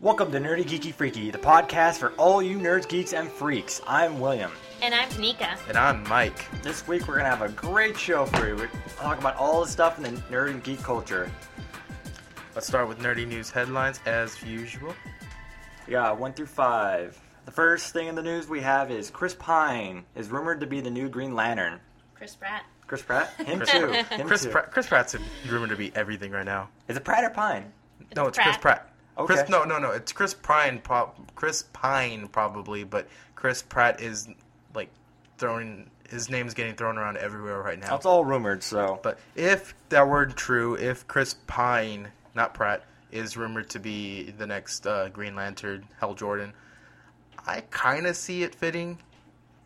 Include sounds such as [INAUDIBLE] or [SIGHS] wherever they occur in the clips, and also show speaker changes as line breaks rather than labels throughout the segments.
Welcome to Nerdy Geeky Freaky, the podcast for all you nerds, geeks, and freaks. I'm William.
And I'm Tanika.
And I'm Mike.
This week we're going to have a great show for you. We're talking about all the stuff in the nerd and geek culture.
Let's start with nerdy news headlines as usual.
Yeah, one through five. The first thing in the news we have is Chris Pine is rumored to be the new Green Lantern.
Chris Pratt.
Chris [LAUGHS] Pratt? Him
Chris-
too. Him
Chris,
too.
Pratt Chris Pratt's rumored to be everything right now.
Is it Pratt or Pine?
no, it's Chris Pratt.
Okay.
Chris, no, no, no. It's Chris Pine. Pro- Chris Pine probably, but Chris Pratt is like throwing his name's getting thrown around everywhere right now.
That's all rumored, so.
But if that were true, if Chris Pine, not Pratt, is rumored to be the next uh, Green Lantern, Hell Jordan, I kind of see it fitting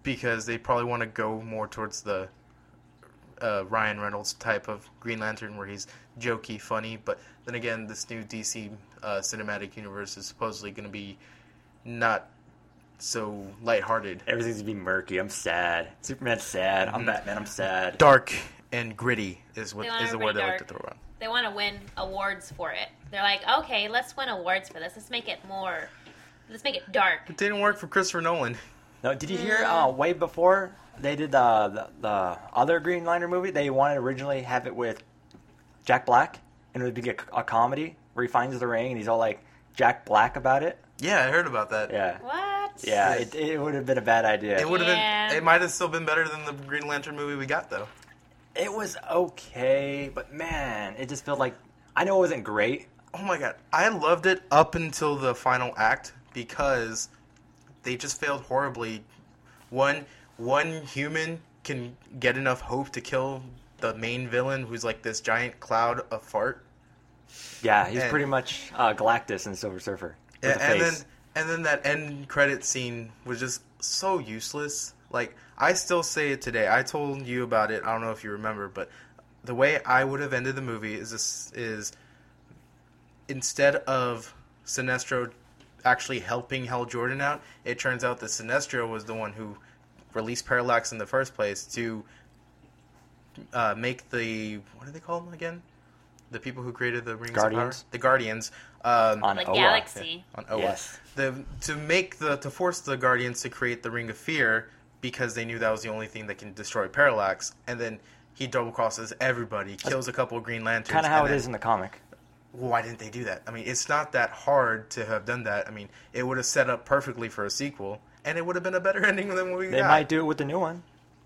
because they probably want to go more towards the uh, Ryan Reynolds type of Green Lantern where he's jokey, funny. But then again, this new DC uh, cinematic universe is supposedly going to be not so lighthearted,
Everything's gonna be murky. I'm sad. Mm. Superman's sad. I'm Batman. I'm sad.
dark and gritty is what
They want
is the word
everybody
I like to
dark.
throw around.
They want to win awards for it. They're like, okay, let's win awards for this. Let's make it more. Let's make it dark.
It didn't work for Christopher Nolan.
No, did you hear? Uh,
Mm.
way before they did the, the the other Green Lantern movie, they wanted to originally have it with Jack Black, and it would be a, a comedy where he finds the ring and he's all like Jack Black about it.
Yeah, I heard about that.
Yeah,
What?
yeah. It, it would have been a bad idea.
It
It,
would have
Yeah.
been. It might have still been better than the Green Lantern movie we got though.
was okay, but man, it just felt like I know it wasn't great.
Oh my god, I loved it up until the final act because they just failed horribly. One one human can get enough hope to kill the main villain, who's like this giant cloud of fart.
Yeah, he's
And-
pretty much uh, Galactus and Silver Surfer. With
and,
a
and then
face.
and then that end credit scene was just so useless. Like I still say it today. I told you about it. I don't know if you remember, but the way I would have ended the movie is this is instead of Sinestro actually helping Hell Jordan out, it turns out that Sinestro was the one who released Parallax in the first place to uh, make the what do they call them again? The people who created the Rings
Guardians?
of Power, the Guardians. Um,
on
Like
Oa.
Galaxy.
on Oa.
Yes.
The, to make the to force the Guardians to create the Ring of Fear because they knew that was the only thing that can destroy Parallax, and then he double crosses everybody, kills a couple of Green Lanterns.
Kind of how it
and then-
is in the comic.
Why didn't they do that? I mean, it's not that hard to have done that. I mean, it would have set up perfectly for a sequel, and it would have been a better [LAUGHS] ending than what we
They
got.
might do it with the new one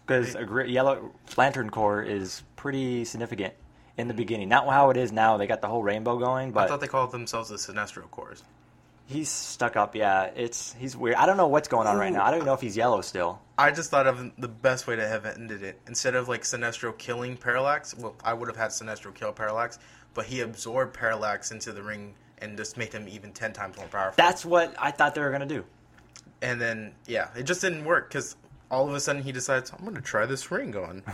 because a gr- yellow lantern core is pretty significant in the beginning. Not how it is now. They got the whole rainbow going,
Mm-hmm. I
but
thought they called themselves the Sinestro Corps.
he's stuck up. Yeah, it's he's weird. I don't know what's going on right now. I don't even know if he's yellow still.
I just thought of the best way to have ended it. Instead of like Sinestro killing Parallax, well, I would have had Sinestro kill Parallax, but he absorbed Parallax into the ring and just made him even ten times more powerful.
That's what I thought they were gonna do.
and then yeah, it just didn't work because all of a sudden he decides I'm going to try this ring on.
[SIGHS]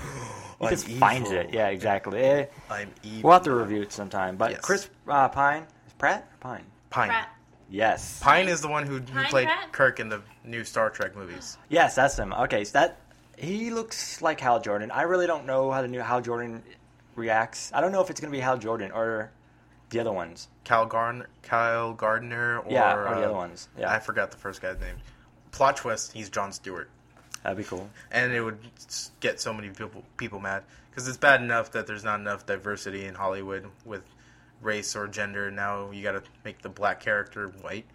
He
I'm
just finds
evil.
it. Yeah, exactly. Eh,
I'm evil.
we'll have to review it sometime. But
Yes.
Chris uh, Pine, Pratt, Pine.
Pine.
Pratt.
Yes,
Pine is the one who, who
Pine
played
Pratt?
Kirk in the new Star Trek movies.
yes, that's him. Okay, so that he looks like Hal Jordan. I really don't know how the new Hal Jordan reacts. I don't know if it's gonna be Hal Jordan or the other ones.
Kyle Garner, Kyle Gardner, or,
Yeah, or the
uh,
other ones. Yeah.
I forgot the first guy's name. Plot twist: He's John Stewart.
That'd be cool.
and it would s- get so many people people mad because it's bad enough that there's not enough diversity in Hollywood with race or gender. Now you got to make the black character white.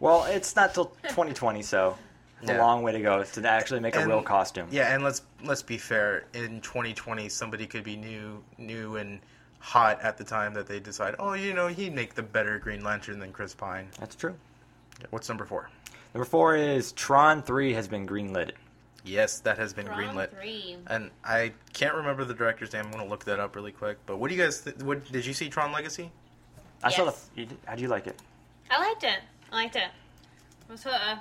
Well, it's not till 2020, so it's a
Yeah.
long way to go to actually make a
And-
real costume.
Yeah, and let's let's be fair. In 2020, somebody could be new new and hot at the time that they decide. Oh, you know, he'd make the better Green Lantern than Chris Pine.
That's true.
What's number four?
Number four is Tron 3 has been greenlit.
Yes, that has been
Wrong
greenlit.
three.
And I can't remember the director's name. I'm gonna look that up really quick. But what do you guys? Th- what did you see Tron Legacy?
I saw the.
Yes.
You, did- how'd you like it?
I liked it. I liked it. So, uh,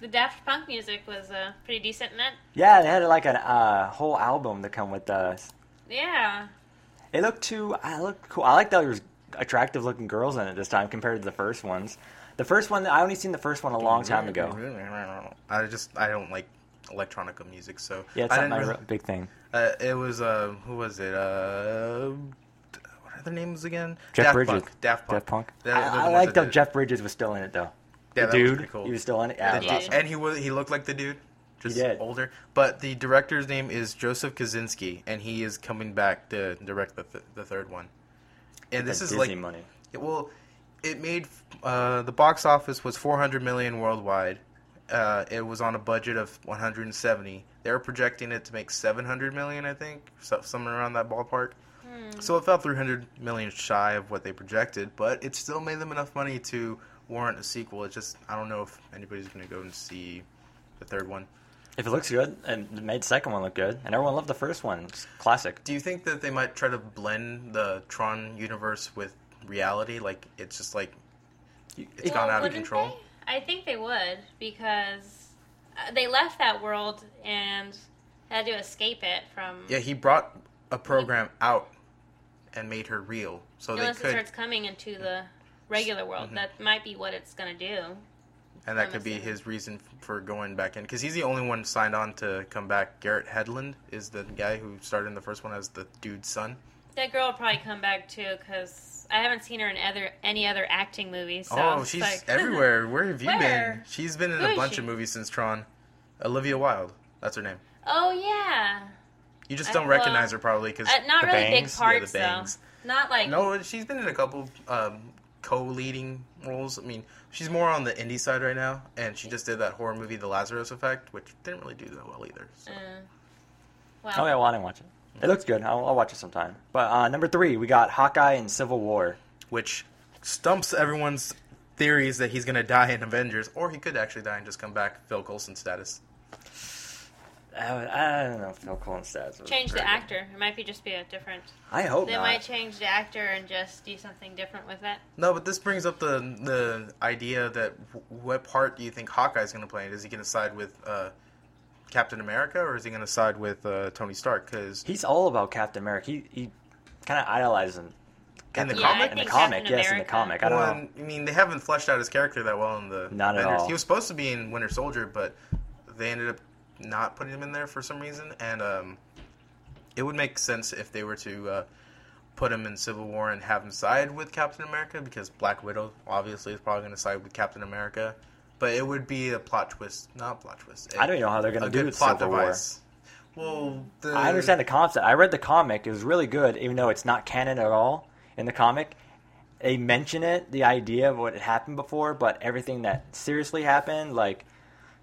the Daft Punk music was uh, pretty decent in it.
Yeah, they had like a uh, whole album to come with the.
Yeah.
It looked too. I looked cool. I like that there's attractive looking girls in it this time compared to the first ones. The first one, I only seen the first one a long time ago.
I just I don't like electronica music, so
Yeah, it's
I
not
didn't uh,
my
really-
real big thing.
uh, it was uh, who was it? Uh, what are their names again?
Jeff
Daft
Bridges.
Punk. Daft Punk.
Jeff Punk.
They're- they're the
I, I
ones
like
that
that
did it.
Jeff Bridges was still in it though.
Yeah,
the
that was
dude,
pretty cool.
he was still in it. Yeah,
The
that was
dude.
awesome.
and he was he looked like the dude, just
did.
older. But the director's name is Joseph Kaczynski, and he is coming back to direct the th- the third one. And this
That
is
Disney
like
money.
it- well, it made uh, the box office was 400 million worldwide. Uh, it was on a budget of 170. They were projecting it to make 700 million, I think, so, somewhere around that ballpark.
Hmm.
So it fell 300 million shy of what they projected, but it still made them enough money to warrant a sequel. It's just I don't know if anybody's going to go and see the third one.
If it looks good, and it made the second one look good, and everyone loved the first one, it's classic.
Do you think that they might try to blend the Tron universe with reality? Like it's just like it's gone out of
wouldn't
control.
they? I think they would because uh, they left that world and had to escape it from.
Yeah, he brought a program out and made her real, so they
unless it
could,
starts coming into the regular world, that might be what it's gonna do.
and that could be
promising.
his reason for going back in, because he's the only one signed on to come back. Garrett Hedlund is the guy who started in the first one as the dude's son.
That girl will probably come back too because I haven't seen her in other any other acting movies. So
oh,
it's
she's
like- [LAUGHS]
everywhere. Where have you been?
Where?
She's been in
Who
a
is
bunch
she?
of movies since Tron. Olivia Wilde, that's her name.
oh yeah,
You just
I-
don't
well,
recognize her probably because
uh, not
The
really
bangs?
big
Yeah,
the
parts
bangs.
though. Not like
No, she's been in a couple um, co-leading roles. I mean, she's more on the indie side right now, and she just did that horror movie, The Lazarus Effect, which didn't really do that well either. So.
uh, well,
Oh yeah, well, I didn't watch it. It looks good. I'll, I'll watch it sometime. But uh, number three, we got Hawkeye and Civil War.
Which stumps everyone's theories that he's going to die in Avengers, or he could actually die and just come back Phil Coulson status.
Uh, I don't know. Phil Collins stats. was
change
very
the
good.
actor. It might be just be a different.
I hope
They
not.
might change the actor and just do something different with it.
No, but this brings up the the idea that wh- what part do you think Hawkeye's going to play? Is he going to side with uh, Captain America, or is he going to side with uh, Tony Stark? Because
He's all about Captain America. He he kind of idolizes him.
In the
Captain-
Yeah, I comic?
in the
think
comic,
Captain
yes, in the
America.
comic. I don't
Well,
know.
and, I mean, they haven't fleshed out his character that well in the
Not at
Avengers.
all.
He was supposed to be in Winter Soldier, but they ended up not putting him in there for some reason. And um, it would make sense if they were to uh, put him in Civil War and have him side with Captain America because Black Widow obviously is probably going to side with Captain America. But it would be a plot twist, not a plot twist. I
I don't know how they're going to do with Civil
War. Well, the,
War. I understand the concept. I read the comic. It was really good, even though it's not canon at all in the comic. They mention it, the idea of what had happened before, but everything that seriously happened, like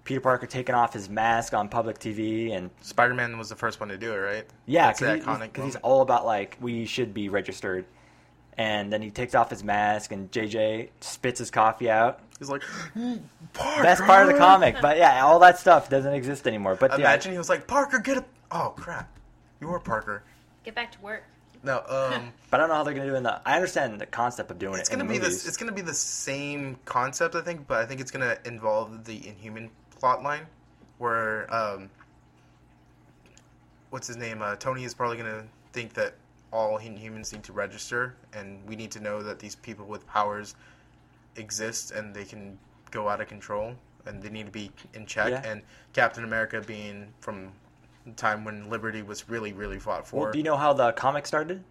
Peter Parker taking off his mask on public TV, and
Spider-Man was the first one to do it, right?
yeah,
That's the
because
iconic
he's
moment.
all about like we should be registered, and then he takes off his mask, and JJ spits his coffee out.
He's like, [GASPS]
[LAUGHS] That's part of the comic, but yeah, all that stuff doesn't exist anymore. But yeah,
Imagine he was like, Parker, get up. Oh, crap. You are Parker.
Get back to work.
No, um,
But I don't know how they're gonna do it in the. I understand the concept of doing
it's
it. in
gonna be
the
this. It's gonna be the same concept, I think, but I think it's gonna involve the Inhuman plotline, where um, what's his name? Uh, Tony is probably gonna think that all Inhumans need to register, and we need to know that these people with powers exist and they can go out of control, and they need to be in check.
Yeah.
And Captain America being from the time when liberty was really, really fought for.
Well, do you know how the comic started?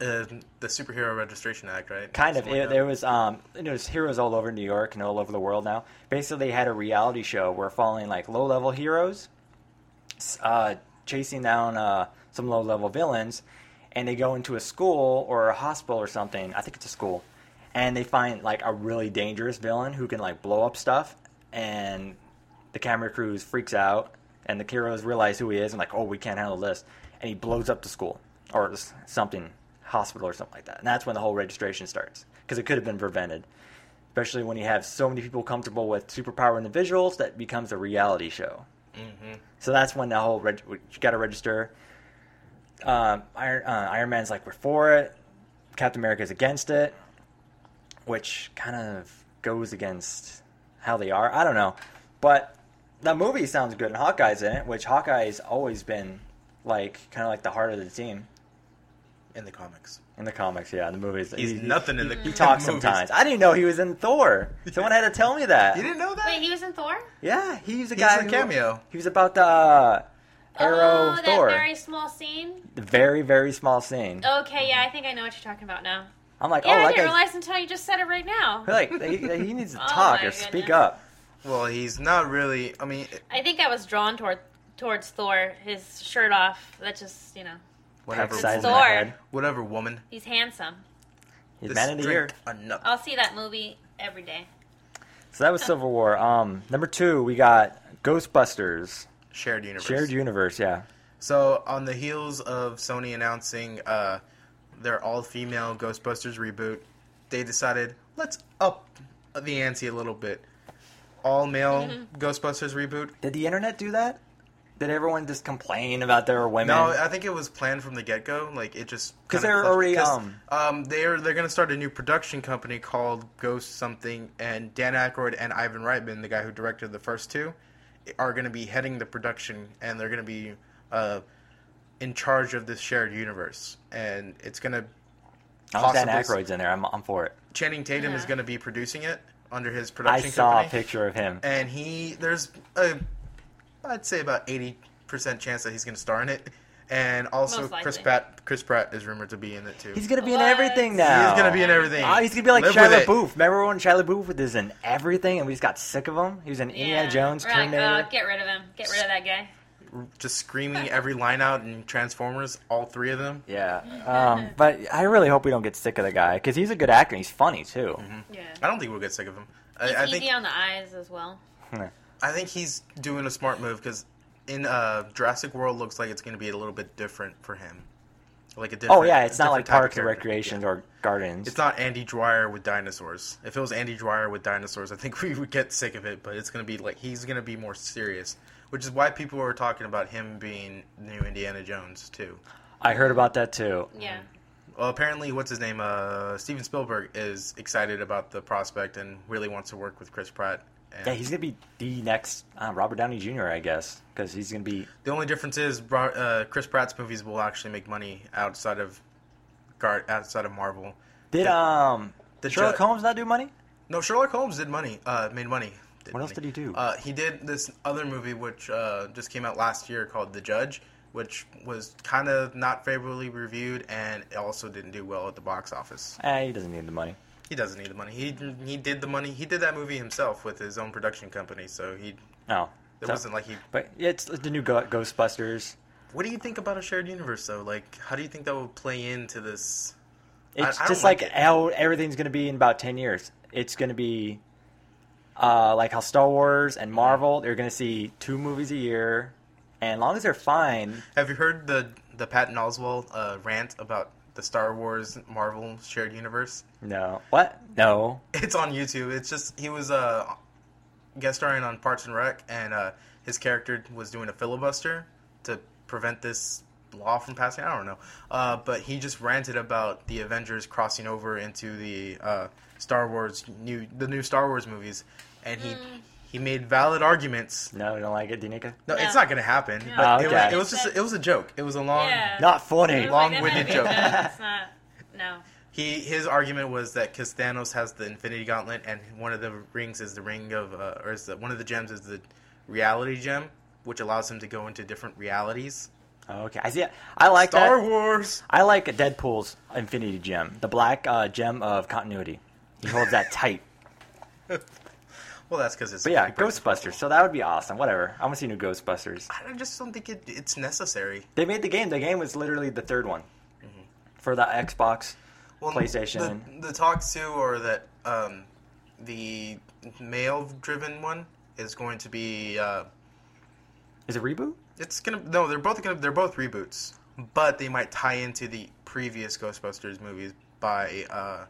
uh, the superhero registration act, right?
Kind of.
Something like
It,
that.
there was um, there's heroes all over New York and all over the world now. Basically, they had a reality show where following like low level heroes, s- uh, chasing down uh, some low level villains, and they go into a school or a hospital or something. I think it's a school, and they find like a really dangerous villain who can like blow up stuff, and the camera crews freaks out, and the heroes realize who he is and like, oh, we can't handle this, and he blows up the school or s- something, hospital or something like that, and that's when the whole registration starts because it could have been prevented. Especially when you have so many people comfortable with superpower individuals, that becomes a reality show. So that's when the whole reg- you got to register. Um, Iron, uh, Iron Man's like we're for it. Captain America's against it, which kind of goes against how they are. I don't know, but the movie sounds good, and Hawkeye's in it, which Hawkeye's always been like kind of like the heart of the team
in the comics.
in the comics. Yeah, in the movies,
He's
He- he-
nothing in the. [LAUGHS]
He talks
movies.
sometimes. I didn't know he was in Thor.
[LAUGHS]
Someone had to tell me that.
You didn't know that?
Wait, he was in Thor?
Yeah, he's a
He's
guy.
in
who-
Cameo.
He was about the. Uh, Arrow
oh,
Thor.
that very small scene.
The very very small scene.
Okay, yeah, I think I know what you're talking about now.
I'm like, oh,
Yeah, I
that
didn't
guy's
realize until you just said it right now.
like he, he needs to
[LAUGHS] Oh
talk
my
or speak
goodness.
up.
Well, he's not really. I mean,
I think I was drawn toward towards Thor, his shirt off. That just you know,
whatever,
Capsized in
Thor.
woman,
my head.
whatever woman.
he's handsome.
He's
This
man of the year.
drink Enough.
I'll see that movie every day.
So that was Civil War. Um, number two, we got Ghostbusters
Shared universe.
Shared Universe. Yeah,
So on the heels of Sony announcing uh, their all-female Ghostbusters reboot, they decided let's up the ante a little bit. All-male Ghostbusters reboot.
did the internet do that? Did everyone just complain about there were women?
No, I think it was planned from the get-go. Like it just
'Cause
kinda
they're
flushed-
already,
'cause,
um,
um, they're they're gonna start a new production company called Ghost Something, and Dan Aykroyd and Ivan Reitman, the guy who directed the first two, are gonna be heading the production, and they're gonna be uh, in charge of this shared universe, and it's gonna
I'm Dan
possible-
Aykroyd's in there. I'm, I'm for it.
Channing Tatum is going to be producing it under his
I
production
saw a
company.
picture of him.
And he, there's a, I'd say about eighty percent chance that he's going to star in it. And also
Most likely.
Chris Pratt, Chris Pratt is rumored to be in it too.
He's gonna be in
What?
everything
He's
now.
He's gonna be in everything.
Oh, he's gonna be like
Live
Shia
with it.
LaBeouf. Remember when Shia LaBeouf was in everything and we just got sick of him? He was in Indiana Jones,
We're like,
Terminator.
"Oh, get rid of him. Get rid of that guy.
just screaming every line out in Transformers, all three of them.
Yeah, um, but I really hope we don't get sick of the guy because he's a good actor. and He's funny too.
Mm-hmm.
Yeah.
I don't think we'll get sick of him.
He's
I, I
easy
think
on the um, eyes as well.
I think he's doing a smart move because in uh, Jurassic World looks like it's going to be a little bit different for him. Like a different.
Oh yeah, it's
a
not like
different type of
Parks and
character.
Recreation
Yeah.
or Gardens.
It's not Andy Dwyer with dinosaurs. If it was Andy Dwyer with dinosaurs, I think [LAUGHS] we would get sick of it. But it's gonna be like he's gonna be more serious, which is why people were talking about him being new Indiana Jones too.
I heard about that too.
Yeah.
Well, apparently, what's his name? Uh, Steven Spielberg is excited about the prospect and really wants to work with Chris Pratt. And
Yeah, he's gonna be the next uh, Robert Downey Jr. I guess because he's gonna be
the only difference is Bro- uh, Chris Pratt's movies will actually make money outside of guard outside of Marvel.
did um
The
Sherlock
Ju-
Holmes not do money?
No, Sherlock Holmes did money. Uh, made money.
What else did he do?
Uh, he did this other movie which uh, just came out last year called The Judge, which was kind of not favorably reviewed and it also didn't do well at the box office.
Eh, he doesn't need the money.
He doesn't need the money. He he did the money. He did that movie himself with his own production company, so he
No,
it
So-
wasn't like he.
But it's the new Go- Ghostbusters.
What do you think about a shared universe though? Like, how do you think that will play into this? I-
It's
I don't
just
like
like,
it.
how everything's going to be in about 10 years. It's going to be uh, like how Star Wars and Marvel, they're going to see two movies a year. And as long as they're fine,
Have you heard the the Patton Oswalt uh, rant about the Star Wars Marvel shared universe?
no. What? No.
It's on YouTube. It's just he was uh, guest starring on Parks and Rec, and uh, his character was doing a filibuster to prevent this law from passing. I don't know, uh, but he just ranted about the Avengers crossing over into the uh, Star Wars new the new Star Wars movies, and he he made valid arguments.
No, you don't like it, Dinika?
No, it's
No.
not going to happen.
No.
But
Oh,
it,
okay.
was, it was just it was a joke. It was a long.
Yeah.
Not funny.
It's
Long-
like, that might be
long-winded joke.
bad. It's not. No.
He his argument was that because Thanos has the Infinity Gauntlet and one of the rings is the ring of uh, or is the, one of the gems is the Reality Gem, which allows him to go into different realities.
Okay. I see. I like
Star
that.
Wars.
I like Deadpool's Infinity Gem, the black uh, gem of continuity. He holds that [LAUGHS] tight.
Well, that's because it's
But yeah,
he purchased-
Ghostbusters. So that would be awesome. Whatever. I want to see new Ghostbusters.
I just don't think it, it's necessary.
They made the game. The game was literally the third one for the Xbox.
Well,
PlayStation.
The, the talks too are that um, the male-driven one is going to be. Uh,
Is it reboot?
It's gonna no, they're both gonna they're both reboots, but they might tie into the previous Ghostbusters movies by uh,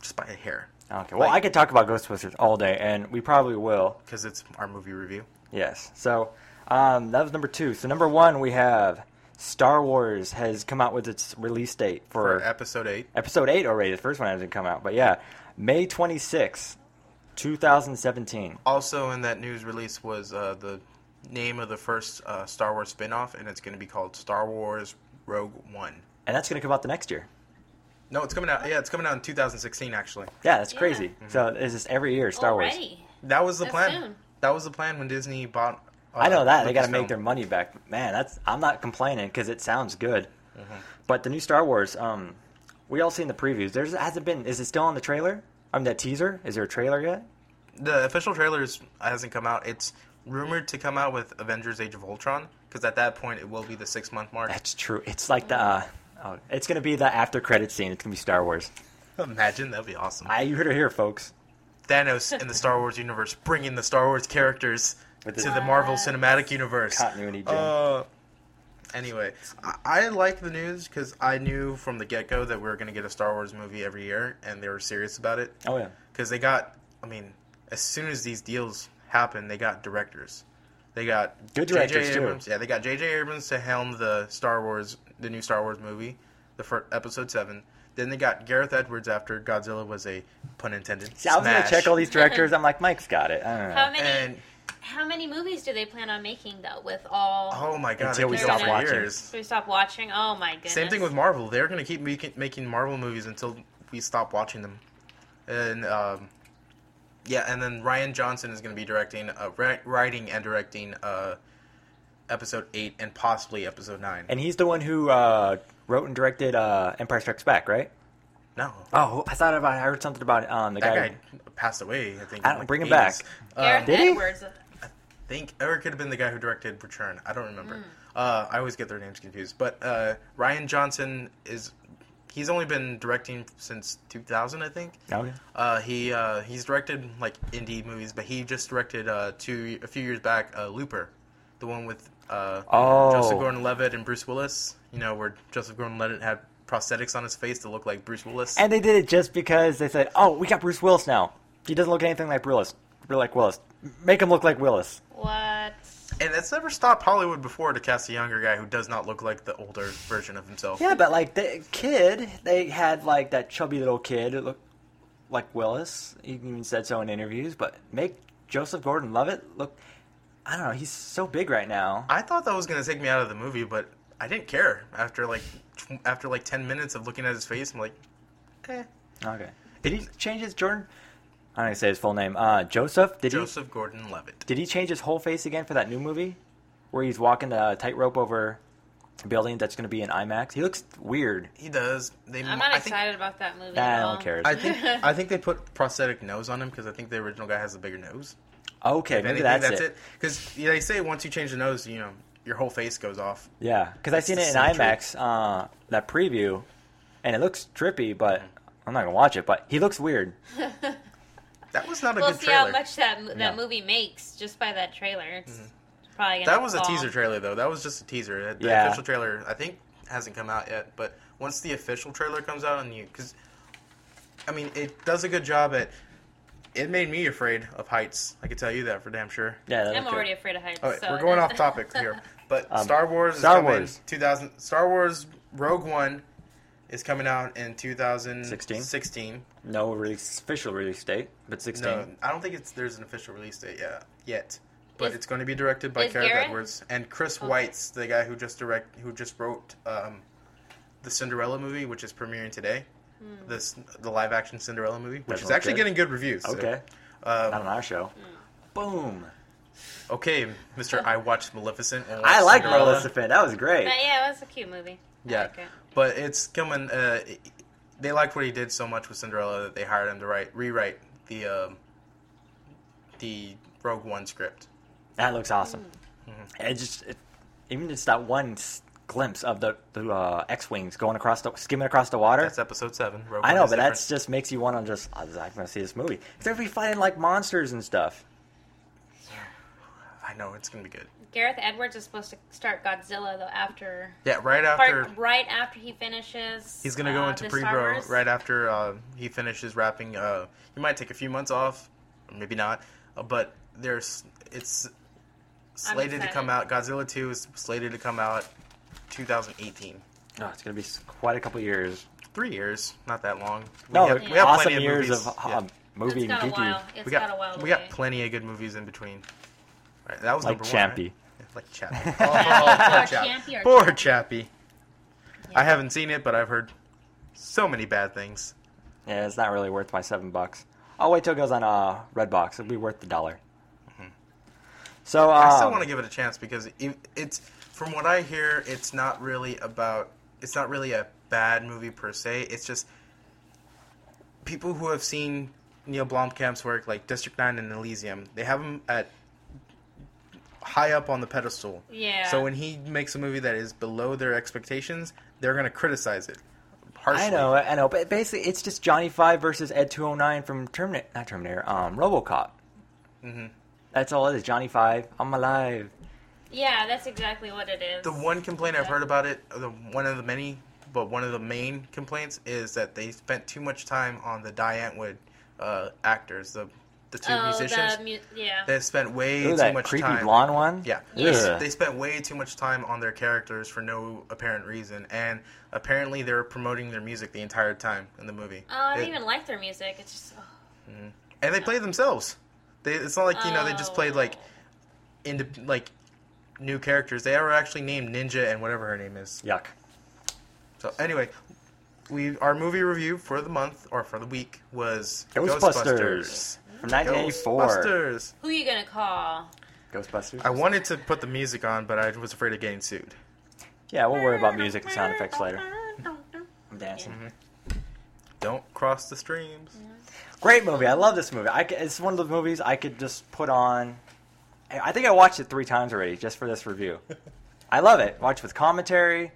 just by a hair
Okay. Well, I could talk about Ghostbusters all day, and we probably will.
because it's our movie review.
Yes. So um, that was number two. So number one, we have Star Wars has come out with its release date for,
For episode eight,
episode eight already. The first one hasn't come out, but yeah, May twenty sixth, two thousand seventeen.
also in that news release was uh, the name of the first uh, Star Wars spin-off, and it's gonna be called Star Wars Rogue One.
And that's going to come out the next year.
No, it's coming out. Yeah, it's coming out in 2016. Actually,
Yeah, that's
Yeah.
crazy. So it's just every year Star Wars.
Already.
that was the
That's
plan.
soon.
That was the plan when Disney bought uh,
I know that
with
they got to
this
make
film.
their money back. Man, that's I'm not complaining because it sounds good. But the new Star Wars, um, we all seen the previews. There's hasn't been. Is it still on the trailer? I mean, that teaser. Is there a trailer yet?
The official trailer is, hasn't come out. It's rumored to come out with Avengers: Age of Ultron because at that point it will be the six month mark.
That's true. It's like the. Uh, oh, it's gonna be the after credit scene. It's gonna be Star Wars.
Imagine that'd be awesome.
I you heard it here, folks.
Thanos in the Star Wars universe, bringing the Star Wars characters
With
to
the-
the Marvel Cinematic Universe.
Continuity, Jim.
Uh, anyway, I, I like the news because I knew from the get go that we were going to get a Star Wars movie every year, and they were serious about it.
Oh yeah.
Because they got, I mean, as soon as these deals happened, they got directors. They got
Good
J.J.
directors, too.
Abrams. Yeah, they got J.J. Abrams to helm the Star Wars, the new Star Wars movie, the first, episode seven. Then they got Gareth Edwards after Godzilla was a pun intended.
See, I was gonna
smash.
check all these directors. I'm like, Mike's got it. I don't know.
How many?
And
how many movies do they plan on making though? With all
oh my god,
Until
they
we
keep
stop
going for
watching.
years.
we stop watching. Oh my goodness.
Same thing with Marvel. They're going to keep make- making Marvel movies until we stop watching them. And um, yeah, and then Ryan Johnson is going to be directing, uh, ri- writing and directing uh, episode eight and possibly episode nine.
And he's the one who uh, wrote and directed uh, Empire Strikes Back, right?
no,
Oh, I thought about. I heard something about um, the
that
guy.
guy passed away. I think.
I
in,
don't-
like,
bring him
80s.
back.
Uh,
Gareth
did he?
Edwards.
I think or it could have been the guy who directed Return. I don't remember. Uh, I always get their names confused. But uh, Ryan Johnson is. He's only been directing since 2000, I think.
Oh, yeah.
Uh, he uh, he's directed like indie movies, but he just directed uh, two a few years back uh, Looper, the one with uh,
Oh.
Joseph Gordon-Levitt and Bruce Willis. You know where Joseph Gordon-Levitt had prosthetics on his face to look like Bruce Willis.
And they did it just because they said, "Oh, we got Bruce Willis now. He doesn't look anything like Willis. Really like Willis. Make him look like Willis."
What?
and that's never stopped Hollywood before to cast a younger guy who does not look like the older version of himself.
Yeah, but like the kid, they had like that chubby little kid who looked like Willis. He even said so in interviews. But make Joseph Gordon-Levitt look. I don't know. He's so big right now.
I thought that was gonna take me out of the movie, but I didn't care after like tw- after like ten minutes of looking at his face. I'm like, eh.
Okay. Did he change his Jordan? I don't even say his full name. Uh, Joseph. Did he?
Joseph Gordon-Levitt.
Did he change his whole face again for that new movie, where he's walking the tightrope over a building that's going to be in IMAX? He looks weird.
He does. They.
I'm not
I think-
excited about that movie.
Nah,
at
I
all.
don't care.
I think I think they put prosthetic nose on him because I think the original guy has a bigger nose.
Okay,
If
maybe
anything,
that's,
that's
it.
it. Because they say once you change the nose, you know your whole face goes off.
Yeah, because I seen
the
it in
same
IMAX, uh, that preview, and it looks trippy, but I'm not gonna watch it. But he looks weird.
That was not a
We'll
good
see how
trailer.
much that that
No. Mm-hmm.
movie makes just by that trailer. It's probably gonna
That was a
fall.
teaser trailer though. That was just a teaser. The
Yeah.
official trailer I think hasn't come out yet, but once the official trailer comes out on you, because I mean it does a good job at. It made me afraid of heights. I can tell you that for damn sure.
Yeah, that
I'm
looked
already
good.
afraid of heights.
All right,
so
we're going
it [LAUGHS]
off
doesn't-
topic here, but
Um,
Star Wars is
Star
coming
Wars.
2000 Star Wars Rogue One is coming out in 2016.
No release, official release date, but 16.
No, I don't think it's there's an official release date yet. Yet, but
Is-
it's going to be directed by
is
Gareth
Gareth-
Edwards and Chris Weitz, the guy who just direct who just wrote um, the Cinderella movie, which is premiering today.
Hmm.
This the live action Cinderella movie, which
Doesn't
is
look
actually
good.
getting good reviews. so,
Okay, not
um,
on our show.
Hmm.
Boom!
okay, Mister, I watched Maleficent. And
I
watched
like
Cinderella.
Maleficent. That was great.
But yeah, it was a cute movie. I
Yeah,
like it.
but it's coming. Uh, they liked what he did so much with Cinderella that they hired him to write rewrite the um, the Rogue One script.
That looks awesome.
Hmm.
It just it, even just that one s- glimpse of the, the uh, X-wings going across the skimming across the water.
That's episode seven. Rogue
I know,
One is
but that's
different.
just makes you want to just I'm not gonna see this movie. They're gonna be fighting like monsters and stuff.
I know it's gonna be good.
Gareth Edwards is supposed to start Godzilla though after
Yeah, right after
part, right after he finishes.
he's gonna go
uh,
into
the
pre
Star
bro
Wars.
right after uh, he finishes wrapping. Uh, he might take a few months off, or maybe not. Uh, but there's it's slated to come out. Godzilla two is slated to come out 2018.
Oh, it's gonna be s- quite a couple years.
Three years, not that long. We
No,
have-
they're
we have
awesome
plenty
years
movies.
of
Yeah.
um, movie
It's got
and
a while.
geeky.
It's
we got,
got a while. to
we got
wait.
plenty of good movies in between. Right, that was
Like
number
Chappie.
One, right? Yeah, Like Chappie.
Or
[LAUGHS] Oh,
Chappie or
poor
Chappie.
Chappie. I haven't seen it, but I've heard so many bad things.
Yeah, it's not really worth my seven bucks. I'll wait till it goes on uh, Redbox. It'll be worth the dollar. So um,
I still want to give it a chance because it- it's from what I hear, it's not really about. It's not really a bad movie per se. It's just people who have seen Neil Blomkamp's work, like District Nine and Elysium, they have him at high up on the pedestal.
Yeah.
So when he makes a movie that is below their expectations, they're gonna criticize it harshly.
I know, I know, but basically it's just Johnny Five versus Ed Two Hundred Nine from Terminator, not Terminator, um, RoboCop. Mm-hmm. That's all it is. Johnny Five, I'm alive.
Yeah, that's exactly what it is.
The one complaint I've
Yeah.
heard about it, the one of the many, but one of the main complaints is that they spent too much time on the Diane Wood uh, actors, the the two
oh,
musicians.
The mu- yeah.
they spent way
Ooh,
too
that
much
creepy
time.
blonde one.
Yeah,
Yeah.
Ugh.
they spent way too much time on their characters for no apparent reason, and apparently they were promoting their music the entire time in the movie.
oh, I don't
It-
even like their music. It's just. Oh.
and they played themselves. They, it's not like you know they just
oh.
played like into like new characters. They were actually named Ninja and whatever her name is.
Yuck.
So anyway, we our movie review for the month or for the week was
Ghostbusters. From 1984.
Ghostbusters.
Who you gonna call?
Ghostbusters.
I wanted to put the music on, but I was afraid of getting sued.
Yeah, we'll worry about music and sound effects later. I'm dancing.
Don't cross the streams.
Great movie. I love this movie. I c it's one of the movies I could just put on. I I think I watched it three times already just for this review. I love it. Watched with commentary,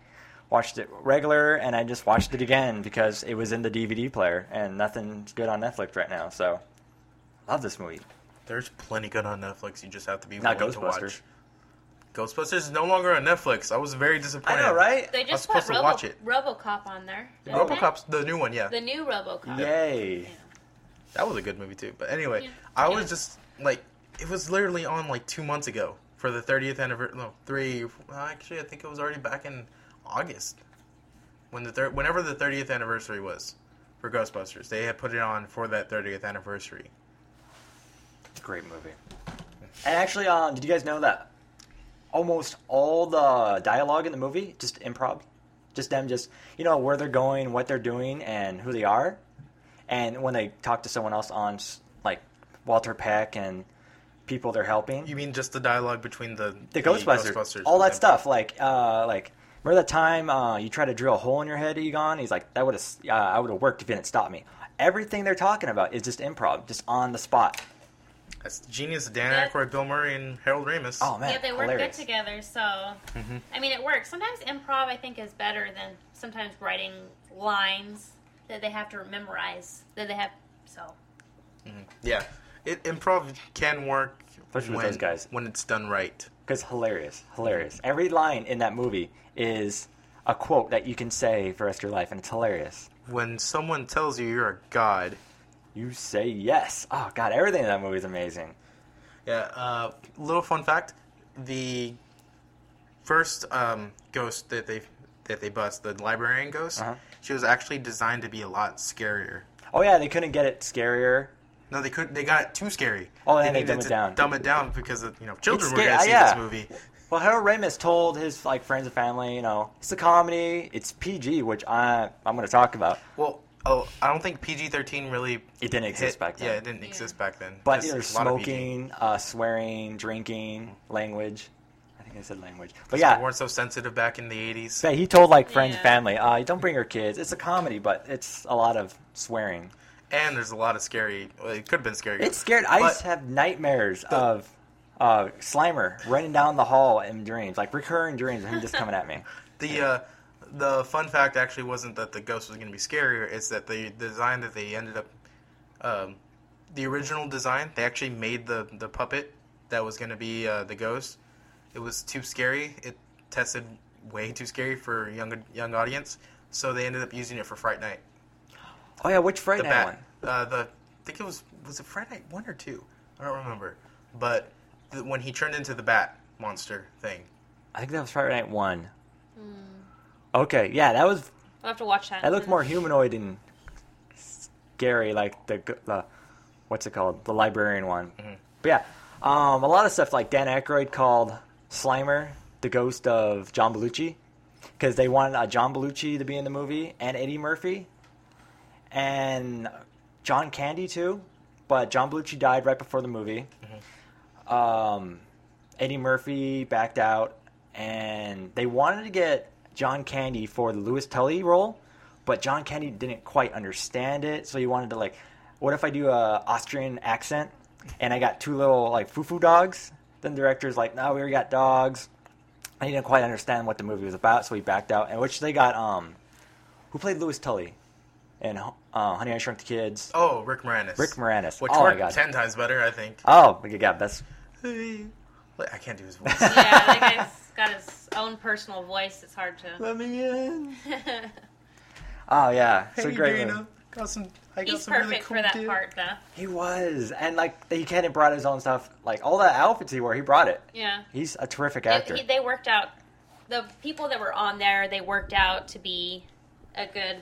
watched it regular, and I just watched it again because it was in the DVD player and nothing's good on Netflix right now. So, love this movie.
[LAUGHS] There's plenty good on Netflix. You just have to be
Not
willing to
Ghostbusters.
watch. Ghostbusters is no longer on Netflix. I was very disappointed.
I know, right?
They
I was
just put
supposed to
Robo-
watch it.
RoboCop on there. didn't they?
RoboCop's the new one, yeah.
The new RoboCop.
Yay!
That was a good movie too. But anyway,
Yeah.
I
Yeah.
was just like, it was literally on like two months ago for the 30th anniversary. No, three. well, Actually, I think it was already back in August when the thir- whenever the 30th anniversary was for Ghostbusters. They had put it on for that 30th anniversary.
Great movie. And actually, um, did you guys know that almost all the dialogue in the movie just improv, just them, just you know where they're going, what they're doing, and who they are, and when they talk to someone else on s- like Walter Peck and people they're helping,
You mean just the dialogue between the
the Ghostbusters, all that stuff, like uh, like. Remember that time uh, you tried to drill a hole in your head, Egon? He's like, "That would have, uh, I would have worked if you didn't stop me." Everything they're talking about is just improv, just on the spot.
That's the genius of Dan
Yeah.
Aykroyd, Bill Murray, and Harold Ramis.
Oh man,
yeah, they work
hilarious. Mm-hmm.
good together. So, I mean, it works. Sometimes improv, I think, is better than sometimes writing lines that they have to memorize. That they have. So,
Yeah, it improv can work
Especially with
when-
those guys.
when it's done right.
Because hilarious, hilarious. Every line in that movie is a quote that you can say for the rest of your life, and it's hilarious.
When someone tells you you're a god,
You say yes. Oh god, everything in that movie is amazing.
Yeah. Uh, little fun fact: the first um, ghost that they that they bust, the librarian ghost,
Uh-huh.
she was actually designed to be a lot scarier.
Oh yeah, they couldn't get it scarier.
No, they could. They got it too scary.
Oh, and they
needed
dumb it
to
down.
Dumb it down because of, you know children
It's
were
scar-
going to
ah,
see
yeah.
this movie.
Well, Harold Ramis told his like friends and family, you know, it's a comedy, it's PG, which I I'm going to talk about.
Well, oh, I don't think PG thirteen really.
It didn't exist
hit-
back then.
Yeah, it didn't exist back then.
But
Just
there's
a lot of PG.
smoking, uh, swearing, drinking, language. I think I said language, but
we
yeah,
weren't so sensitive back in the eighties.
Yeah, he told like friends and
Yeah.
family, uh, don't bring your kids. It's a comedy, but it's a lot of swearing.
And there's a lot of scary. Well, it could have been scary.
It's scared. I
But-
used to have nightmares of uh, Slimer running down the hall in dreams, like recurring dreams of him just coming at [LAUGHS] me.
The uh, the fun fact actually wasn't that the ghost was going to be scarier. It's that the design that they ended up, um, the original design, they actually made the the puppet that was going to be uh, the ghost. It was too scary. It tested way too scary for young young audience. So they ended up using it for Fright Night.
Oh yeah, which Friday
The
night
bat.
one?
Uh, the I think it was was it Fright Night one or two? I don't remember. But th- when he turned into the bat monster thing,
I think that was Friday night one. Okay, yeah, that was.
we'll have to watch that.
That looked more humanoid and scary, like the the what's it called, the librarian one. But yeah, um, a lot of stuff like Dan Aykroyd called Slimer the ghost of John Belushi because they wanted uh, John Belushi to be in the movie and Eddie Murphy and John Candy too, but John Belushi died right before the movie. Um, Eddie Murphy backed out, and they wanted to get John Candy for the Lewis Tully role, but John Candy didn't quite understand it, so he wanted to like, what if I do a Austrian accent, and I got two little like foo-foo dogs? Then the director's like, no, we already got dogs. And he didn't quite understand what the movie was about, so he backed out. And which they got um, who played Lewis Tully, and uh, Honey I Shrunk the Kids.
Oh, Rick Moranis.
Rick Moranis.
Which
oh my
worked
god.
ten times better, I think.
Oh, my god, that's
Look, I can't do
[LAUGHS]
his voice.
[LAUGHS] Yeah, that guy's got his own personal voice. It's hard to.
[LAUGHS]
[LAUGHS]
Let me in.
oh yeah, it's
Hey,
a great
Dana.
movie.
Got some. I got
He's
some
perfect
really cool
for that
kid.
part, though.
He was, and like he kind of brought his own stuff, like all the outfits he wore, he brought it.
Yeah.
He's a terrific
It-
actor.
he- they worked out. The people that were on there, they worked out to be a good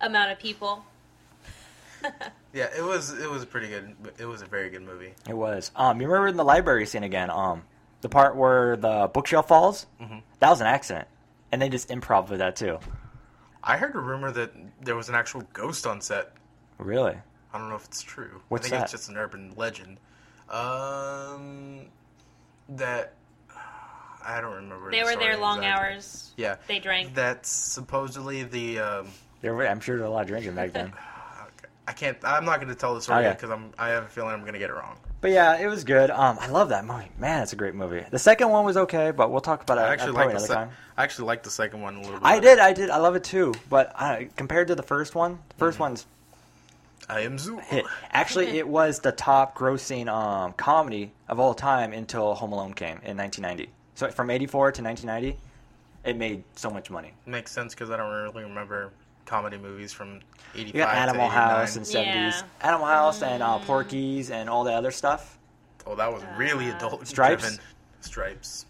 amount of people. [LAUGHS]
Yeah, it was. It was pretty good. It was a very good movie.
It was. Um, you remember in the library scene again? Um, the part where the bookshelf falls.
Mm-hmm.
That was an accident, and they just improv with that too.
I heard a rumor that there was an actual ghost on set.
Really?
I don't know if it's true.
What's
I think
that?
it's just an urban legend. Um, that I don't remember.
They
the
were there
story
long
exactly.
hours.
Yeah,
They drank.
That's supposedly the. Um,
There were, I'm sure there was a lot of drinking back
[LAUGHS]
then.
I can't. I'm not going to tell the story
Okay.
because I'm. I have a feeling I'm going to get it wrong.
but yeah, it was good. Um, I love that movie. Man, it's a great movie. The second one was okay, but we'll talk about it
I
uh,
actually
probably
like the.
another
Se-
time.
I actually like the second one a little bit.
I
better.
did, I did, I love it too. But I, compared to the first one, the
Mm-hmm.
1st one's
I am Zoo.
hit. Actually, it was the top grossing um, comedy of all time until Home Alone came in 1990. So from 84 to 1990, it made so much money.
Makes sense because I don't really remember comedy movies from '85
You got Animal
to
House and
89.
70s.
Yeah.
Animal House and uh, Porky's and all the other stuff.
Oh, that was really
Uh,
adult
Stripes?
driven. Stripes.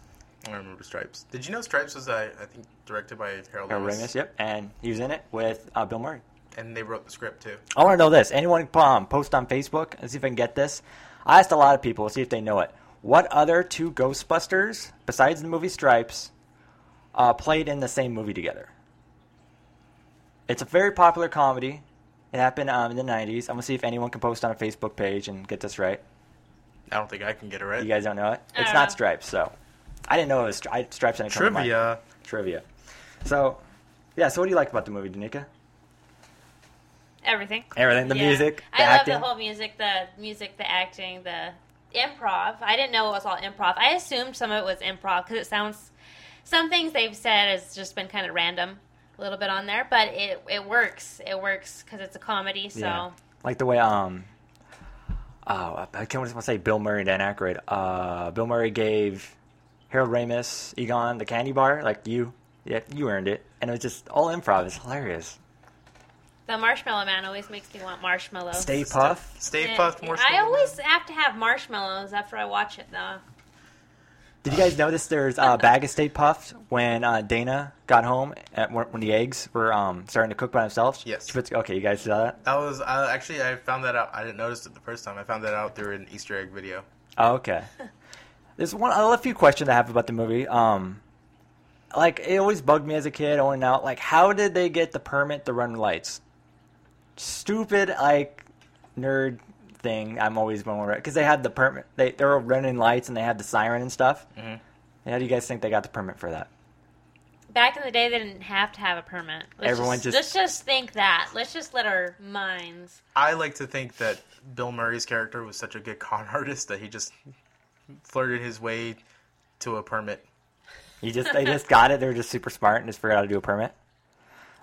I remember Stripes. Did you know Stripes was uh, I, I think directed by
Harold
Harold Ramis,
Ramis, yep. And he was in it with uh, Bill Murray.
and they wrote the script too.
I want to know this. Anyone um, post on Facebook and see if I can get this. I asked a lot of people, see if they know it. What other two Ghostbusters, besides the movie Stripes, uh, played in the same movie together? It's a very popular comedy. It happened um, in the 90s. I'm going to see if anyone can post on a Facebook page and get this right.
I don't think I can get it right.
You guys don't know it?
I
It's
don't
not
know.
Stripes, so. I didn't know it was Stri- I- Stripes. And
Trivia.
Trivia. So, yeah, so what do you like about the movie, Danica?
Everything.
Everything. The
Yeah.
music, the
I
acting.
love the whole music, the music, the acting, the improv. I didn't know it was all improv. I assumed some of it was improv because it sounds. Some things they've said has just been kind of random, a little bit on there, but it it works. It works because it's a comedy. So
Like the way um oh I can't want to say Bill Murray and Dan Aykroyd. Uh Bill Murray gave Harold Ramis, Egon the candy bar, like you yeah, you earned it. And it was just all improv, it's hilarious.
the marshmallow man always makes me want marshmallows.
Stay puff.
Stay
And
puffed more.
I always have to have marshmallows after I watch it, though.
Did you guys notice there's a bag of Stay Puffed when uh, Dana got home at, when, when the eggs were um, starting to cook by themselves?
Yes.
She puts- okay, you guys saw that?
That was uh, actually I found that out. I didn't notice it the first time. I found that out through an Easter egg video.
Oh, okay. There's one a few questions I have about the movie. Um, like it always bugged me as a kid, on and out. Like, how did they get the permit to run lights? Stupid like nerd thing. I'm always going over because they had the permit. They they were running lights and they had the siren and stuff.
Mhm.
How do you guys think they got the permit for that?
Back in the day, they didn't have to have a permit. Let's
Everyone just-
let's just think that. Let's just let our minds
I like to think that Bill Murray's character was such a good con [LAUGHS] artist that he just flirted his way to a permit.
You just they just got it. They were just super smart and just figured out how to do a permit.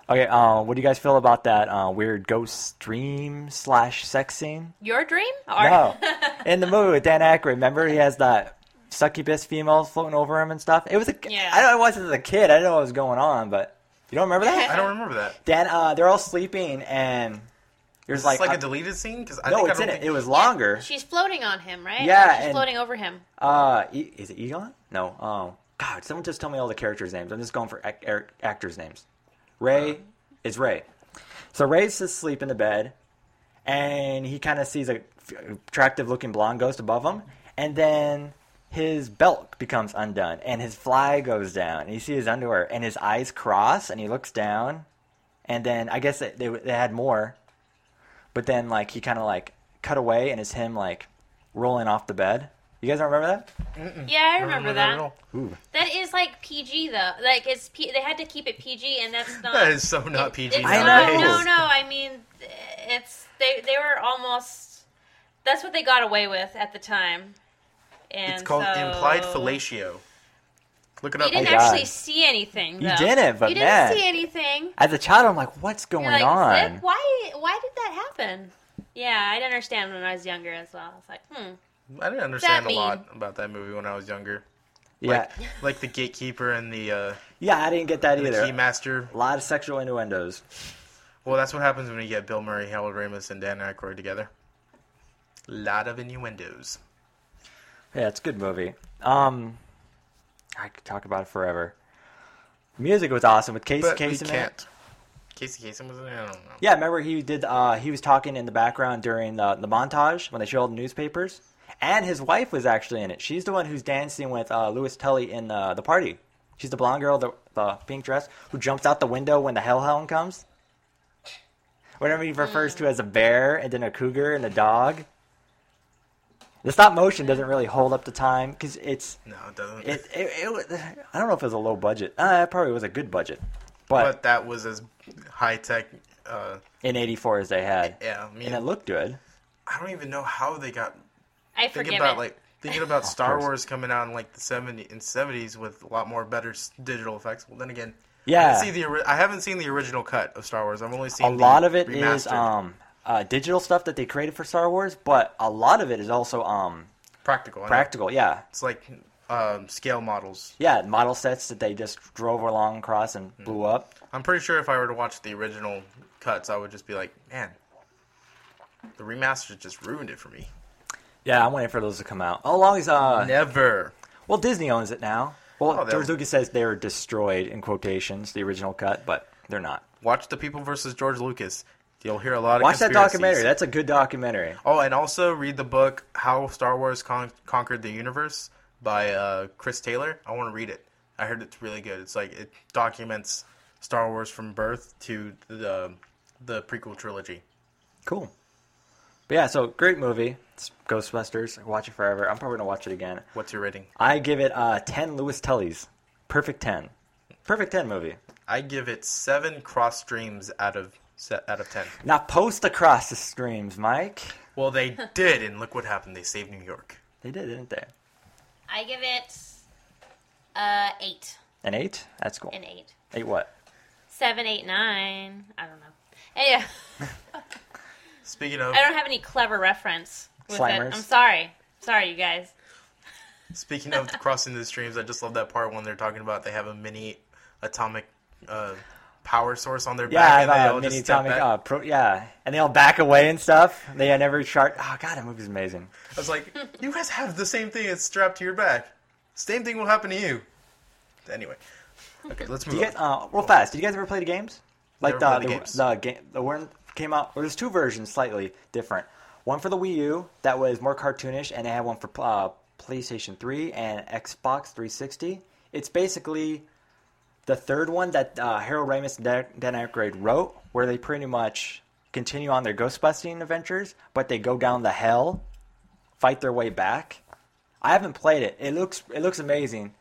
Okay, uh, what do you guys feel about that uh, weird ghost dream slash sex scene?
Your dream? Or-
No. In the movie with Dan Aykroyd, remember he has that succubus female floating over him and stuff. It was a
Yeah.
I don't I watched it as a kid. I didn't know what was going on, but you don't remember
I
that?
don't remember that.
Dan, uh, they're all sleeping and there's
It's like,
like,
a
uh,
deleted scene because I
no,
think
it's
I
in
don't
it.
think
It was longer.
[LAUGHS] She's floating on him, right?
Yeah,
Like, She's
and-
floating over him.
Uh, e- is it Egon? No. Oh, God! Someone just tell me all the characters' names. I'm just going for ac- er- actors' names. Ray is Ray. So Ray's asleep in the bed, and he kind of sees a f- attractive-looking blonde ghost above him, and then his belt becomes undone, and his fly goes down, and you see his underwear, and his eyes cross, and he looks down, and then I guess they they, they had more, but then like he kind of like cut away, and it's him like rolling off the bed You guys don't remember that?
Yeah, I
don't
remember
at
that.
all.
Ooh.
That is like PG though. Like it's P- they had to keep it PG, and
[LAUGHS]
that's not.
That is so not
it-
PG.
It's
I
not,
know.
No, no. I mean, it's they. They were almost. That's what they got away with at the time. And
It's called
so-
implied fellatio. Look it
You
up.
didn't
Oh, God.
actually see anything.
You
though.
didn't, but
you didn't
man.
see anything.
As a child, I'm like, what's going
You're like,
on?
"Zip, why? Why did that happen? Yeah, I didn't understand when I was younger as well. I was like, hmm.
I didn't understand a
mean?
lot about that movie when I was younger.
Yeah,
Like, like the gatekeeper and
[LAUGHS]
the, uh,
yeah, I didn't get that
the
either.
keymaster.
A lot of sexual innuendos.
Well, that's what happens when you get Bill Murray, Harold Ramis, and Dan Aykroyd together. Lot of innuendos.
Yeah, it's a good movie. Um, I could talk about it forever. Music was awesome with Casey
But we
Kasem. in it.
can't. Casey Kasem was in it. I don't know.
Yeah, remember he did. Uh, he was talking in the background during the, the montage when they showed all the newspapers, and his wife was actually in it. She's the one who's dancing with uh, Louis Tully in the the party. She's the blonde girl, the, the pink dress, who jumps out the window when the hellhound comes. Whatever he refers to as a bear, and then a cougar and a dog. The stop motion doesn't really hold up to time because it's
No, it doesn't.
it, it, it was- I don't know if it was a low budget. Uh, it probably was a good budget, but,
but that was as high tech. Uh,
in '84 as they had,
yeah, I mean,
and it looked good.
I don't even know how they got
I
thinking
forgive
about
it.
like thinking
[LAUGHS]
about Star
course.
Wars coming out in like the 70 and 70s with a lot more better s- digital effects. Well, then again, I,
Yeah,
didn't see the, ori- I haven't seen the original cut of Star Wars. I've only seen
a lot of it is
remastered.
um, uh, digital stuff that they created for Star Wars, but a lot of it is also
Uh-huh.
um,
practical. I know.
practical. Yeah,
It's like um, scale models.
yeah, model sets that they just drove along across and
Mm-hmm.
blew up.
I'm pretty sure if I were to watch the original cuts, I would just be like, man, the remaster just ruined it for me.
Yeah, I'm waiting for those to come out. How long is uh?
Mm-hmm. Never.
Well, Disney owns it now. Well,
Oh, they'll-
George Lucas says they were destroyed in quotations, the original cut, but they're not.
Watch the people versus George Lucas. You'll hear a lot of
Watch that
conspiracies.
documentary. That's a good documentary.
Oh, and also read the book "How Star Wars Con- Conquered the Universe" by uh, Chris Taylor. I want to read it. I heard it's really good. It's like it documents Star Wars from birth to the the prequel trilogy.
Cool. But yeah, so great movie. It's Ghostbusters. Watch it forever. I'm probably gonna watch it again.
What's your rating?
I give it uh, ten Lewis Tullys. Perfect ten. Perfect ten movie.
I give it seven cross streams out of se- out of ten.
Now post across the streams, Mike.
Well,
[LAUGHS]
they did, and look what happened. They saved New York.
They did, didn't they?
I give it uh eight.
An eight? That's cool.
An eight.
Eight what?
Seven, eight, nine. I don't know. Anyway, [LAUGHS]
Speaking of
I don't have any clever reference with
Slimers.
it. I'm sorry. Sorry, you guys.
speaking of crossing the streams, I just love that part when they're talking about they have a mini atomic uh, power source on their
Yeah,
back,
I
and they
have
all
a mini
just step
atomic.
back.
Uh, pro- yeah, and they all back away and stuff. They had every chart. Oh god, that movie's amazing.
I was like, you guys have the same thing that's strapped to your back. Same thing will happen to you. Anyway. Okay, let's move
You guys, uh,
on.
real fast. Did you guys ever play the games? Like
Never
the the,
played the
the,
games.
game the one came out. Well, there's two versions, slightly different. One for the Wii U that was more cartoonish, and they had one for uh, PlayStation 3 and Xbox 360. It's basically the third one that uh, Harold Ramis and Dan- Dan Aykroyd wrote, where they pretty much continue on their ghost busting adventures, but they go down the hell, fight their way back. I haven't played it. It looks it looks amazing.